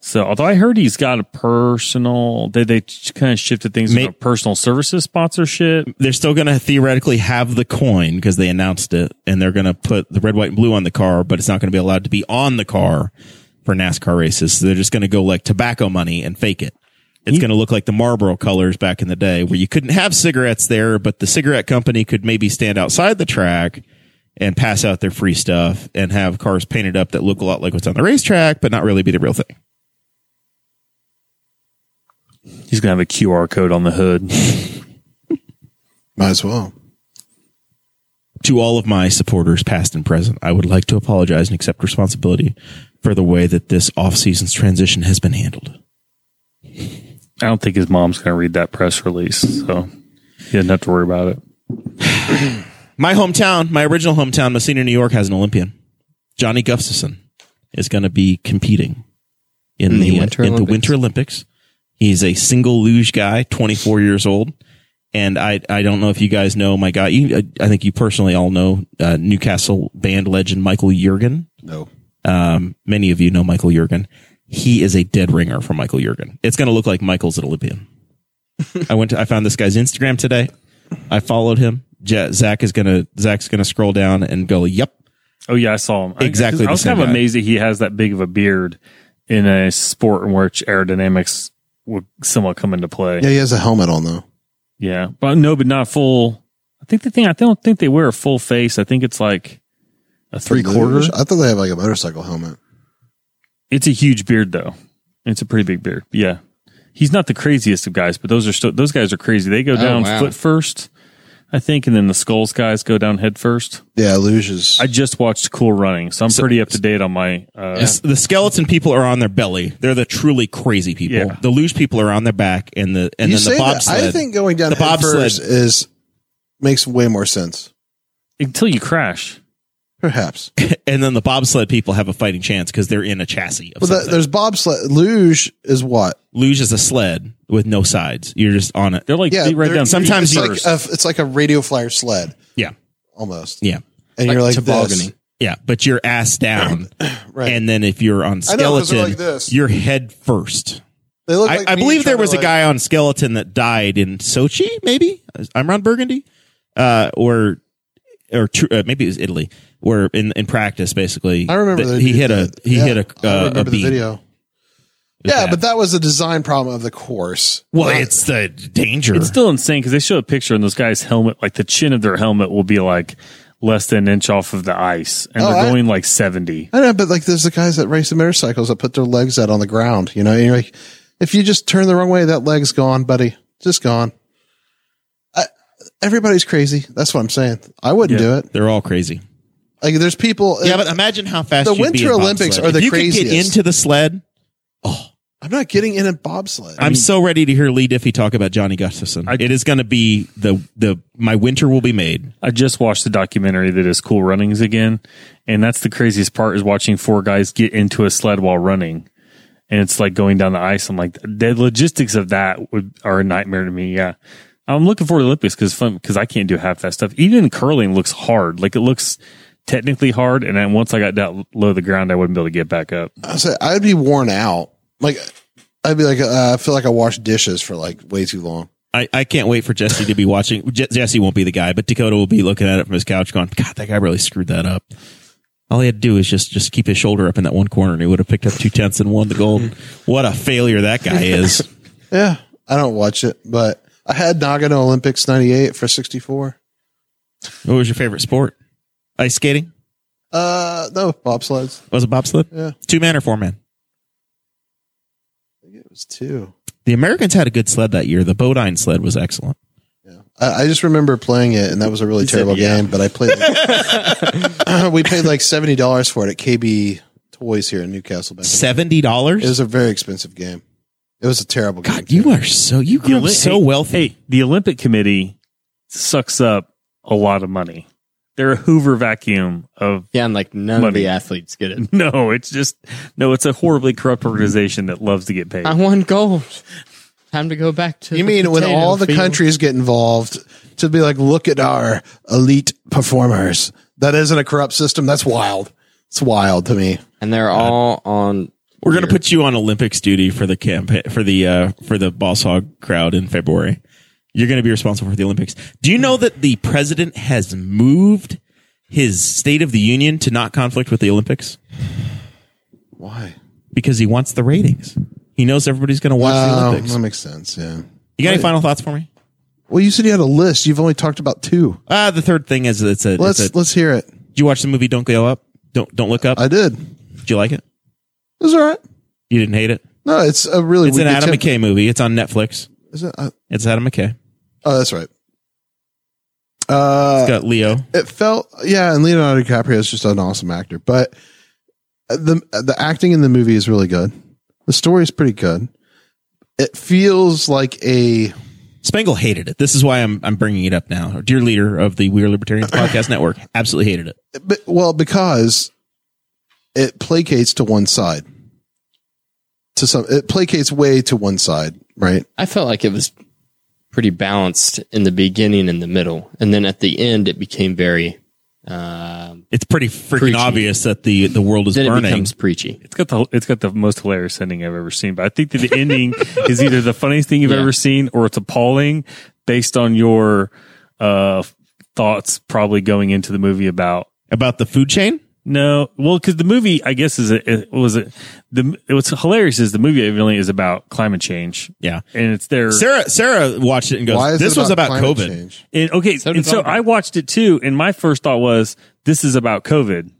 S4: So, although I heard he's got a personal, they they kind of shifted things
S1: May-
S4: to a personal services sponsorship.
S1: They're still going to theoretically have the coin because they announced it, and they're going to put the red, white, and blue on the car, but it's not going to be allowed to be on the car for NASCAR races. So they're just going to go like tobacco money and fake it. It's going to look like the Marlboro colors back in the day where you couldn't have cigarettes there, but the cigarette company could maybe stand outside the track and pass out their free stuff and have cars painted up that look a lot like what's on the racetrack, but not really be the real thing.
S4: He's gonna have a QR code on the hood.
S2: Might as well.
S1: to all of my supporters, past and present, I would like to apologize and accept responsibility for the way that this off-season's transition has been handled.
S4: I don't think his mom's gonna read that press release, so he doesn't have to worry about it.
S1: My hometown, my original hometown, Messina, New York, has an Olympian. Johnny Gustafson is going to be competing in, the, uh,
S3: Winter
S1: in the
S3: Olympics.
S1: Winter Olympics. He's a single luge guy, 24 years old. And I, I don't know if you guys know my guy. You, I- I think you personally all know uh, Newcastle band legend Michael Jurgen.
S2: No.
S1: um, many of you know Michael Jurgen. He is a dead ringer for Michael Jurgen. It's going to look like Michael's at
S4: *laughs*
S1: Olympian. I went. To, I found this guy's Instagram today. I followed him. Ja Zach is gonna. Zach's gonna scroll down and go. Yep.
S4: Oh yeah, I saw him. I-
S1: Exactly
S4: I,
S1: the
S4: was
S1: same
S4: kind of
S1: guy.
S4: amazed that he has that big of a beard in a sport in which aerodynamics would somewhat come into play.
S2: Yeah, he has a helmet on though.
S4: Yeah, but no, but not full. I think the thing I don't think they wear a full face. I think it's like a three quarter.
S2: I thought they have like a motorcycle helmet.
S4: It's a huge beard though. It's a pretty big beard. Yeah, he's not the craziest of guys, but those are still those guys are crazy.
S1: Oh,
S4: They go down
S3: wow.
S4: foot first, I think, and then the skulls guys go down head first.
S2: Yeah, luge is.
S4: I just watched Cool Running, so I'm pretty up to date on my. Uh,
S1: S- The skeleton people are on their belly. They're the truly crazy people.
S4: Yeah.
S1: The luge people are on their back, and the and
S2: you
S1: then
S2: say
S1: the
S2: that.
S1: bobsled.
S2: I think going down
S1: The
S2: the
S1: bobsled.
S2: first is makes way more sense.
S4: Until you crash.
S2: Perhaps.
S1: *laughs* and then the bobsled people have a fighting chance because they're in a chassis. Of
S2: But that,
S1: something.
S2: there's bobsled. Luge is what?
S1: luge is a sled with no sides. You're just on it.
S4: They're like
S2: Yeah,
S4: they right
S2: they're-
S4: down.
S1: sometimes
S2: It's
S1: you-
S2: like uh,
S1: First.
S2: a, it's like a radio flyer sled
S1: Yeah.
S2: almost.
S1: Yeah.
S2: And
S3: Like
S2: you're like
S3: tobogganing.
S2: this.
S1: Yeah, but you're ass down,
S2: *coughs* Right.
S1: and then if you're on
S2: I know, 'cause
S1: skeleton,
S2: they're like this.
S1: you're head first.
S2: They look
S1: I,
S2: like
S1: I
S2: me
S1: believe there
S2: trying to,
S1: was a
S2: like-
S1: guy on skeleton that died in Sochi, maybe I'm on Burgundy, uh, or or tr- uh, maybe it was Italy, where in, in practice basically,
S2: I remember
S1: that
S2: the
S1: he
S2: dude
S1: hit a
S2: that-
S1: he
S2: yeah,
S1: hit a,
S2: I
S1: uh,
S2: remember
S1: a
S2: the
S1: beam.
S2: video. Yeah,
S1: bad.
S2: but that was a design problem of the course.
S1: Well,
S2: Not-
S1: it's the danger.
S4: It's still insane because they show a picture and those guys' helmet, like the chin of their helmet, will be like less than an inch off of the ice, and
S2: Oh,
S4: they're
S2: I-
S4: going like seventy.
S2: I know, but like there's the guys that race the motorcycles that put their legs out on the ground. You know, and you're like, if you just turn the wrong way, that leg's gone, buddy. Just gone. I, everybody's crazy. That's what I'm saying. I wouldn't
S4: Yeah.
S2: do it.
S1: They're all crazy.
S2: Like there's people.
S1: Yeah, but imagine how fast
S2: The
S1: you'd be
S2: Winter
S1: in
S2: Olympics
S1: bobsled.
S2: are the
S1: if you could get
S2: craziest.
S1: into the sled.
S2: I'm not getting in a bobsled.
S1: I'm so ready to hear Lee Diffie talk about Johnny Gustafson.
S4: I-
S1: it is going to be the the my winter will be made.
S4: I just watched the documentary that is Cool Runnings again, and that's the craziest part is watching four guys get into a sled while running, and it's like going down the ice. I'm like, the logistics of that would are a nightmare to me. Yeah, I'm looking forward to Olympics because fun because I can't do half that stuff. Even curling looks hard, like it looks technically hard, and then once I got down low to the ground, I wouldn't be able to get back up.
S2: I say I'd be worn out. Like I'd be like, uh, I feel like I washed dishes for like way too long.
S1: I, I can't wait for Jesse to be watching. Je- Jesse won't be the guy, but Dakota will be looking at it from his couch, going, "God, that guy really screwed that up." All he had to do was just just keep his shoulder up in that one corner, and he would have picked up two tenths and won the
S4: *laughs*
S1: gold. what a failure that guy is!
S2: Yeah, I don't watch it, but I had Nagano Olympics '98 for '64.
S1: what was your favorite sport? Ice skating?
S2: Uh, no bobsleds.
S1: Was it bobsled?
S2: Yeah.
S1: Two man or four man?
S2: I think it was two.
S1: The Americans had a good sled that year. The Bodine sled was excellent.
S2: I, I just remember playing it, and that was a really terrible game. But I played. like- we paid like seventy dollars for it at KB Toys here in Newcastle. Back in-
S1: Seventy
S2: it
S1: dollars.
S2: was a very expensive game. It was a terrible game.
S1: God, you are so you grew up
S4: Oli-
S1: so
S4: hey,
S1: wealthy.
S4: Hey, the Olympic Committee sucks up a lot of money. They're a Hoover vacuum of
S3: Yeah, and like none of
S4: Money.
S3: the athletes get
S4: *laughs*
S3: it. Uh-huh.
S4: no. It's just no. It's a horribly corrupt organization that loves to get paid.
S3: I won gold. Time to go back to.
S2: You
S3: the
S2: mean when
S3: potato
S2: all the
S3: field.
S2: countries get involved to be like, look at our elite performers? That isn't a corrupt system. That's wild. It's wild to me.
S3: and they're all on.
S1: We're gonna put you on Olympics duty for the campaign for the uh, for the Boss Hog crowd in February. You're gonna be responsible for the Olympics. Do you know that the president has moved his State of the Union to not conflict with the Olympics
S2: Why?
S1: because he wants the ratings? He knows everybody's gonna watch the
S2: Oh,
S1: Olympics.
S2: that makes sense. Yeah.
S1: You got any final thoughts for me?
S2: Well, you said you had a list. You've only talked about two.
S1: Uh, the third thing is it's a. it's
S2: Let's
S1: a-
S2: let's hear it.
S1: did you watch the movie Don't Go Up? Don't Don't Look Up.
S2: I did. It
S1: did you like it?
S2: was all right.
S1: You didn't hate it.
S2: No, it's a really.
S1: It's an
S2: weak
S1: Adam
S2: attempt-
S1: McKay movie. It's on Netflix.
S2: Is it? Uh,
S1: It's Adam McKay.
S2: oh, that's right. Uh,
S1: Got Leo.
S2: it felt yeah, and Leonardo DiCaprio is just an awesome actor, but the the acting in the movie is really good. The story is pretty good. It feels like a
S1: Spangle hated it. This is why I'm I'm bringing it up now. Dear leader of the We Are
S2: *laughs*
S1: Libertarians podcast network, absolutely hated it.
S2: but- well because it placates to one side. To some, it placates way to one side, right?
S3: I felt like it was pretty balanced in the beginning and the middle, and then at the end it became very. Um,
S1: It's pretty freaking
S3: Preachy.
S1: obvious that the the world is
S3: then it
S1: burning.
S3: becomes preachy.
S4: It's got the it's got the most hilarious ending I've ever seen. But I think that the ending *laughs* is either the funniest thing you've
S3: Yeah.
S4: ever seen or it's appalling based on your uh thoughts probably going into the movie about
S1: About the food chain?
S4: no, well, because the movie, I guess, is a, it was a, the what's hilarious is the movie evidently is about climate change,
S1: Yeah.
S4: and it's their
S1: Sarah Sarah watched it and goes,
S2: Why is
S1: This
S2: it
S1: was about
S2: climate
S1: COVID.
S2: change?
S4: And okay,
S3: So did
S4: and so
S3: Oliver.
S4: I watched it too, and my first thought was this is about COVID,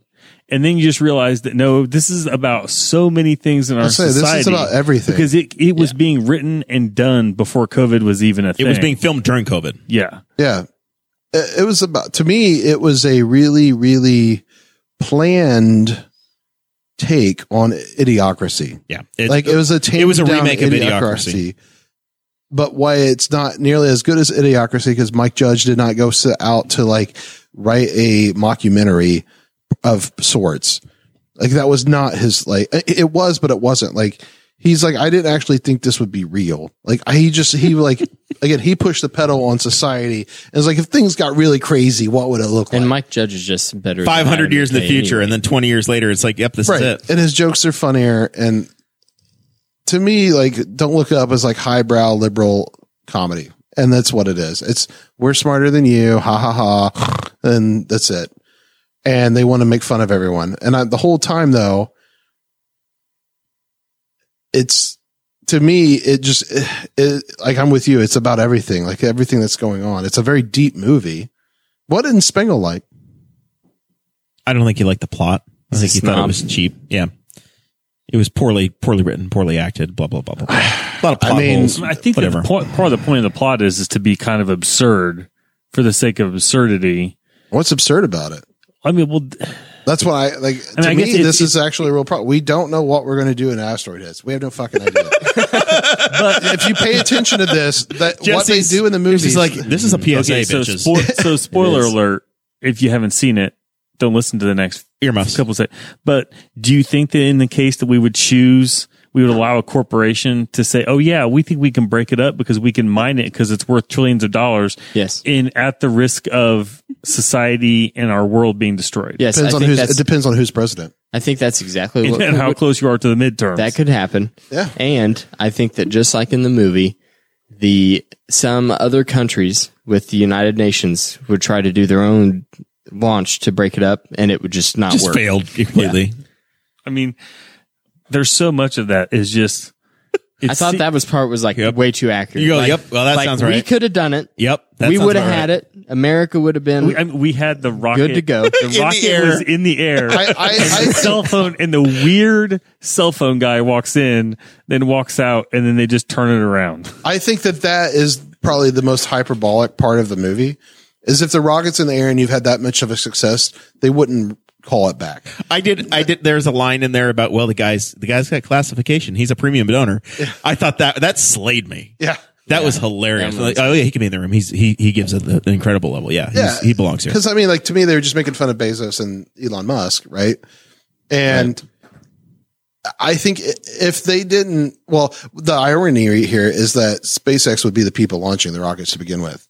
S4: and then you just realize that no, this is about so many things in our
S2: say, this is
S4: society.
S2: about everything.
S4: because it it was being written and done before COVID was even a
S1: It
S4: thing.
S1: was being filmed during COVID.
S4: yeah.
S2: Yeah. It, it was about, to me, it was a really, really planned take on idiocracy.
S1: Yeah. It-
S2: like it was a
S1: it was a
S2: tamed-down
S1: remake of Idiocracy.
S2: But why it's not nearly as good as Idiocracy because Mike Judge did not go sit out to like write a mockumentary of sorts. Like that was not his like it- it was, but it wasn't like he's like I didn't actually think this would be real. Like I, he just he like *laughs* again he pushed the pedal on society and it's like if things got really crazy, what would it look like?
S3: And Mike Judge is just better. than
S1: five hundred
S3: Adam
S1: years in the
S3: McKay
S1: future,
S3: anyway.
S1: and then twenty years later it's like, Yep, this
S2: right.
S1: is it.
S2: And his jokes are funnier. And to me, like, don't look up as like highbrow liberal comedy. And that's what it is. It's we're smarter than you. Ha ha ha. And that's it. And they want to make fun of everyone. And I, the whole time though, it's to me, it just, eh, it, like I'm with you. It's about everything, like everything that's going on. It's a very deep movie. What didn't Spangle like?
S1: I don't think he liked the plot. I think he thought it
S3: snob.
S1: was cheap. Yeah. It was poorly poorly written, poorly acted, blah blah blah blah. blah. A
S2: *sighs*
S1: lot of plot
S2: mean,
S1: holes.
S4: I think that
S1: whatever.
S4: the po- part of the point of the plot is is to be kind of absurd for the sake of absurdity.
S2: What's absurd about it?
S4: I mean, well,
S2: That's what I like.
S4: I mean,
S2: to
S4: I
S2: me,
S4: guess it-
S2: this
S4: it-
S2: is actually a real problem. We don't know what we're going to do in asteroid hits. We have no fucking
S3: *laughs*
S2: idea. but if you pay attention to this, that what they
S1: Jesse's-
S2: do in the movies,
S1: This is like this is a PSA
S4: okay, so,
S1: bitches.
S3: *laughs*
S4: spo- so spoiler alert: if you haven't seen it, don't listen to the next
S1: Earmuffs.
S4: couple say. But do you think that in the case that we would choose, we would allow a corporation to say, "Oh yeah, we think we can break it up because we can mine it because it's worth trillions of dollars."
S3: Yes.
S4: in at the risk of society and our world being destroyed.
S3: yes,
S2: depends
S3: I
S2: on
S3: think
S2: who's,
S3: that's.
S2: it depends on who's president.
S3: I think
S1: *laughs*
S3: that's exactly what,
S4: *laughs* and how close you are to the midterms.
S3: that could happen.
S2: Yeah.
S3: and I think that just like in the movie, the some other countries with the United Nations would try to do their own launch to break it up, and it would just not
S1: just
S3: work.
S1: failed completely.
S4: I mean, there's so much of that is just.
S3: I thought that was part was like
S1: Yep.
S3: way too accurate.
S1: You go,
S3: Like-
S1: yep, well, that
S3: like,
S1: sounds
S3: We
S1: right.
S3: could have done it.
S1: Yep, that
S3: we
S1: sounds
S3: would have
S1: about
S3: had
S1: right.
S3: it. America would have been
S4: We, I mean, we had the rocket
S3: good to go.
S4: The rocket
S1: air.
S4: was in the air. *laughs*
S2: I, I,
S4: the
S2: I,
S4: cell phone and the weird cell phone guy walks in, then walks out, and then they just turn it around.
S2: I think that that is probably the most hyperbolic part of the movie. Is if the rockets in the air and you've had that much of a success, they wouldn't call it back.
S1: I did. I did. There's a line in there about well, the guys, the guy's got classification. He's a premium donor. I thought that that slayed me.
S2: Yeah.
S1: That was hilarious.
S3: That was-
S1: Like, oh yeah, he can be in the room. He's he he gives it the, an incredible level. Yeah, he's-
S2: Yeah.
S1: he belongs here.
S2: Because I mean, like to me, they were just making fun of Bezos and Elon Musk, right? And I think i- if they didn't, well, the irony here is that SpaceX would be the people launching the rockets to begin with.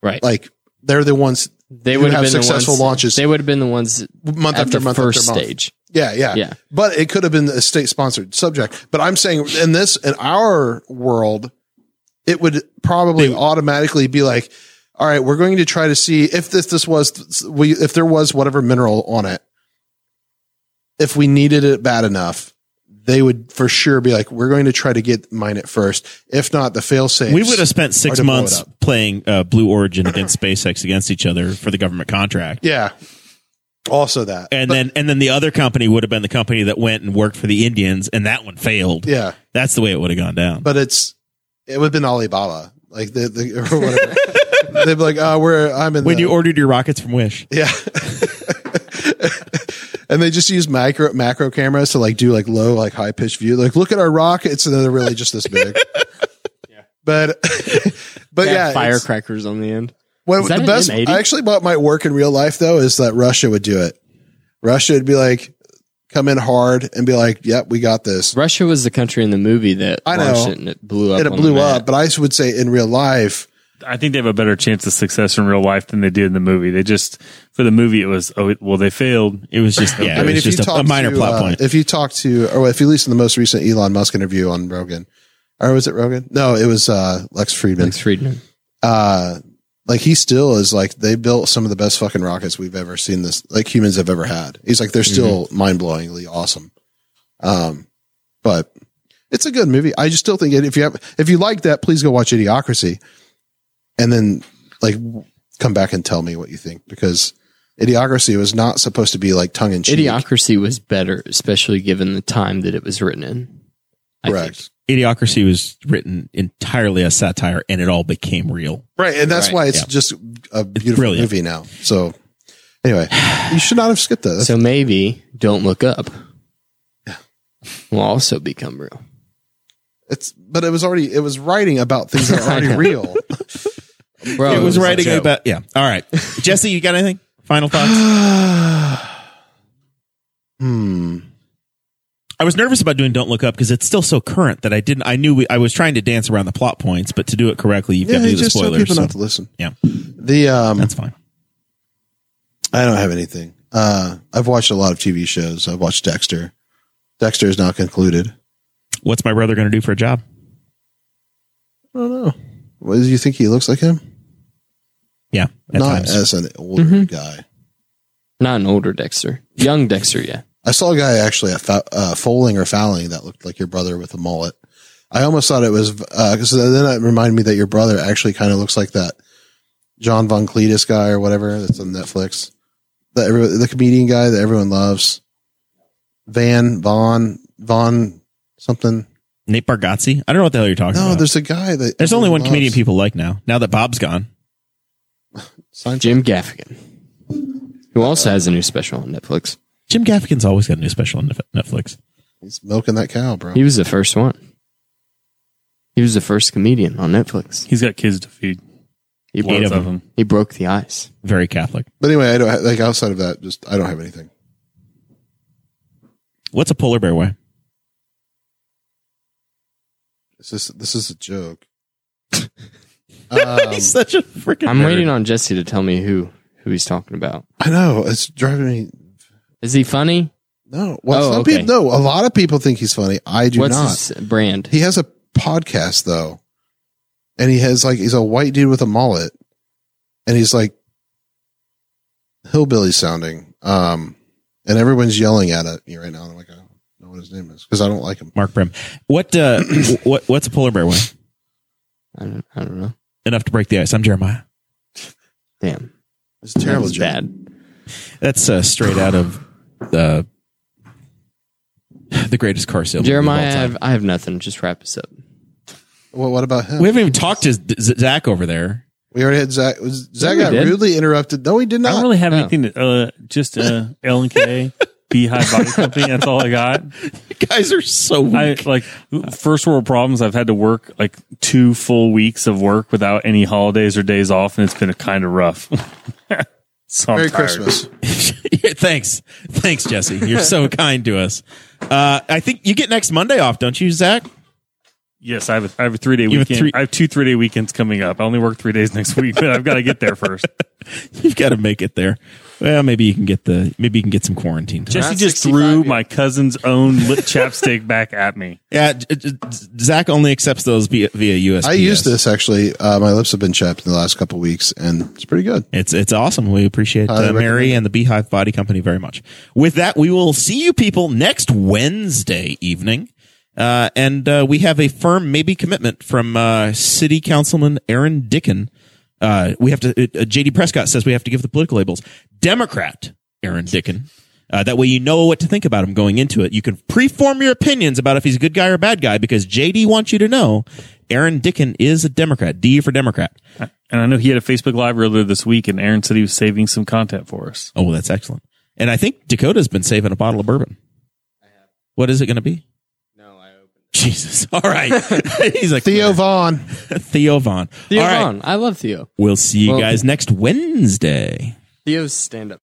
S3: Right.
S2: Like they're the ones
S3: they
S2: who
S3: would have
S2: have
S3: been
S2: successful
S3: the ones,
S2: launches.
S3: They would have been the ones
S2: month
S3: at
S2: after
S3: the
S2: month
S3: first
S2: after month.
S3: stage.
S2: Yeah, yeah,
S3: Yeah.
S2: But it could have been a state sponsored subject. But I'm saying in this, in our world, it would probably automatically be like, all right, we're going to try to see if this this was we if there was whatever mineral on it. If we needed it bad enough, they would for sure be like, we're going to try to get mine it first. If not, the fail safe.
S1: We would have spent
S2: Or
S1: six
S2: to blow it
S1: months
S2: up.
S1: playing uh, Blue Origin against SpaceX against each other for the government contract.
S2: yeah. Also that,
S1: And then and then the other company would have been the company that went and worked for the Indians and that one failed.
S2: yeah.
S1: That's the way it would have gone down.
S2: but it's it would have been Alibaba, like the, the or
S1: *laughs*
S2: whatever. They'd be like, "Oh, we're I'm in."
S1: when
S2: the,
S1: you ordered your rockets from Wish.
S2: yeah. And they just use micro macro cameras to like do like low like high pitch view like look at our rockets and then they're really just this big. But *laughs* but
S3: They
S2: yeah,
S3: have
S2: it's-
S3: firecrackers on the end.
S2: well,
S3: Is that
S2: the
S3: an
S2: best
S3: M80?
S2: I actually about might work in real life though is that Russia would do it. Russia would be like come in hard and be like, "Yep, we got this."
S3: Russia was the country in the movie that
S2: I know.
S3: launched it and it blew up.
S2: And it
S3: on the
S2: blew
S3: map.
S2: up, but I would say in real life,
S4: I think they have a better chance of success in real life than they did in the movie. They just for the movie it was oh it- well they failed.
S1: It was just yeah.
S2: *laughs* I mean,
S1: it was
S2: if you
S1: just a,
S2: talk
S1: a minor
S2: to,
S1: plot
S2: uh,
S1: point.
S2: if you talk to, or if you listen to the most recent Elon Musk interview on Rogan, or was it Rogan? No, it was uh, Lex Friedman.
S3: Lex Friedman.
S2: Uh, like he still is like they built some of the best fucking rockets we've ever seen. This like humans have ever had. He's like they're still
S1: Mm-hmm.
S2: mind blowingly awesome. Um, but it's a good movie. I just still think it, if you have if you like that, please go watch Idiocracy, and then like come back and tell me what you think because. Idiocracy was not supposed to be like tongue in cheek.
S3: Idiocracy was better, especially given the time that it was written in. I think.
S2: Correct.
S1: Idiocracy was written entirely as satire, and it all became real.
S2: Right, and that's
S3: Right,
S2: why it's
S1: yeah.
S2: just a beautiful
S1: brilliant.
S2: movie now. So, anyway, you should not have skipped that.
S3: So maybe don't look up. Will also become real.
S2: it's but it was already it was writing about things that are already real. Oh,
S3: Bro,
S1: it was
S3: a
S1: writing
S3: joke.
S1: about yeah. All
S2: *laughs*
S1: right, Jesse, you got anything? Final thoughts?
S2: *sighs* Hmm.
S1: I was nervous about doing "Don't Look Up" because it's still so current that I didn't. I knew we, I was trying to dance around the plot points, but to do it correctly, you've
S2: Yeah,
S1: got to do
S2: you
S1: the
S2: just tell
S1: spoilers.
S2: people
S1: so
S2: not to listen.
S1: Yeah.
S2: The um,
S1: that's fine.
S2: I don't have anything. Uh, I've watched a lot of TV shows. I've watched Dexter. Dexter is not concluded.
S1: What's my brother going to do for a job?
S2: I don't know. What do you think he looks like him?
S1: Yeah, at
S2: not
S1: times.
S2: as an older guy.
S3: Not an older Dexter. Young Dexter, yeah.
S2: I saw a guy actually at Fou- uh, Foaling or Fouling that looked like your brother with a mullet. I almost thought it was because then it reminded me that your brother actually kind of looks like that John Von Cletus guy or whatever that's on Netflix. That every, the comedian guy that everyone loves, Van Von Von something.
S1: Nate Bargatze. I don't know what the hell you're talking
S2: No,
S1: about.
S2: there's a guy that
S1: There's only
S2: everyone
S1: one comedian
S2: loves.
S1: people like now. Now that Bob's gone,
S2: Seinfeld.
S3: Jim Gaffigan, who also has a new special on Netflix.
S1: Jim Gaffigan's always got a new special on Nef- Netflix.
S2: He's milking that cow, bro.
S3: He was the first one. He was the first comedian on Netflix.
S4: He's got kids to feed.
S3: He
S1: Eight
S3: broke,
S1: of them.
S3: he broke the ice.
S1: Very Catholic.
S2: But anyway, I don't ha- like outside of that. Just I don't have anything.
S1: What's a polar bear weigh?
S2: This is this is a
S1: *laughs*
S2: joke. Um,
S1: He's such a freaking.
S3: I'm
S1: nerd.
S3: waiting on Jesse to tell me who who he's talking about.
S2: I know it's driving me
S3: Is he funny?
S2: No. Well,
S3: Oh,
S2: some
S3: okay.
S2: people, no, a lot of people think he's funny. I do
S3: What's
S2: not.
S3: his brand?
S2: He has a podcast though. And he has like, he's a white dude with a mullet and he's like hillbilly sounding. Um, and everyone's yelling at it me right now. And I'm like, I don't know what his name is because I don't like him.
S1: Mark Brim. What uh, *clears throat* what what's a polar bear weigh?
S3: I don't, I don't know.
S1: Enough to break the ice. I'm Jeremiah.
S3: Damn.
S2: It's a terrible
S3: That was
S2: joke.
S3: bad.
S1: That's uh, straight out of the the greatest car salesman.
S3: Jeremiah, I
S1: of all time.
S3: have, I have nothing. Just wrap this up.
S2: Well, what about him?
S1: we
S2: We,
S1: haven't even talked to Z- Zach over there.
S2: already had Zach. was- Zach
S3: we
S2: got
S3: did.
S2: rudely interrupted. No, he did
S4: I don't
S2: not.
S4: really have
S3: no.
S4: anything to uh just uh L and *laughs* K Beehive Body Company. That's all I got.
S1: You guys are so
S4: I
S1: weak. *laughs*
S4: like first world problems. I've had to work like two full weeks of work without any holidays or days off, and it's been kind of rough. *laughs* so I'm
S2: Merry
S4: tired.
S2: Christmas.
S1: Thanks. Thanks, Jesse. You're *laughs* so kind to us. Uh, I think you get next Monday off, don't you, Zach?
S4: Yes, I have a, I have a three day
S1: have
S4: weekend.
S1: three-
S4: I have two three day weekends coming up. I only work three days *laughs* next week, but I've got to get there first.
S1: You've got to make it there. Well, maybe you can get the maybe you can get some quarantine time.
S4: *laughs* Jesse
S3: Not
S4: just
S3: 65
S4: threw
S3: yet.
S4: my cousin's own lip chapstick back at me.
S1: Yeah, J- J- Zach only accepts those via, via USPS.
S2: I used this actually. Uh, my lips have been chapped in the last couple weeks, and it's pretty good.
S1: It's it's awesome. We appreciate
S2: Highly
S1: uh, Mary
S2: recommend
S1: and the Beehive Body Company very much. With that, we will see you people next Wednesday evening, uh, and uh, we have a firm maybe commitment from uh, City Councilman Aaron Dickin. Uh, we have to. Uh, uh, JD Prescott says we have to give the political labels. Democrat Aaron Dickin. Uh, that way you know what to think about him going into it. You can pre-form your opinions about if he's a good guy or a bad guy because JD wants you to know Aaron Dickin is a Democrat. D for Democrat.
S4: And I know he had a Facebook Live earlier this week, and Aaron said he was saving some content for us.
S1: Oh, well, that's excellent. And I think Dakota's been saving a bottle of bourbon. What is it going to be?
S3: No, I opened.
S1: Jesus. *laughs* All right. He's like
S2: Theo Vaughn.
S1: Theo Vaughn.
S3: Theo
S1: All right.
S3: Vaughn. I love Theo.
S1: We'll see you
S3: Well-
S1: guys next Wednesday.
S3: Theo's stand up.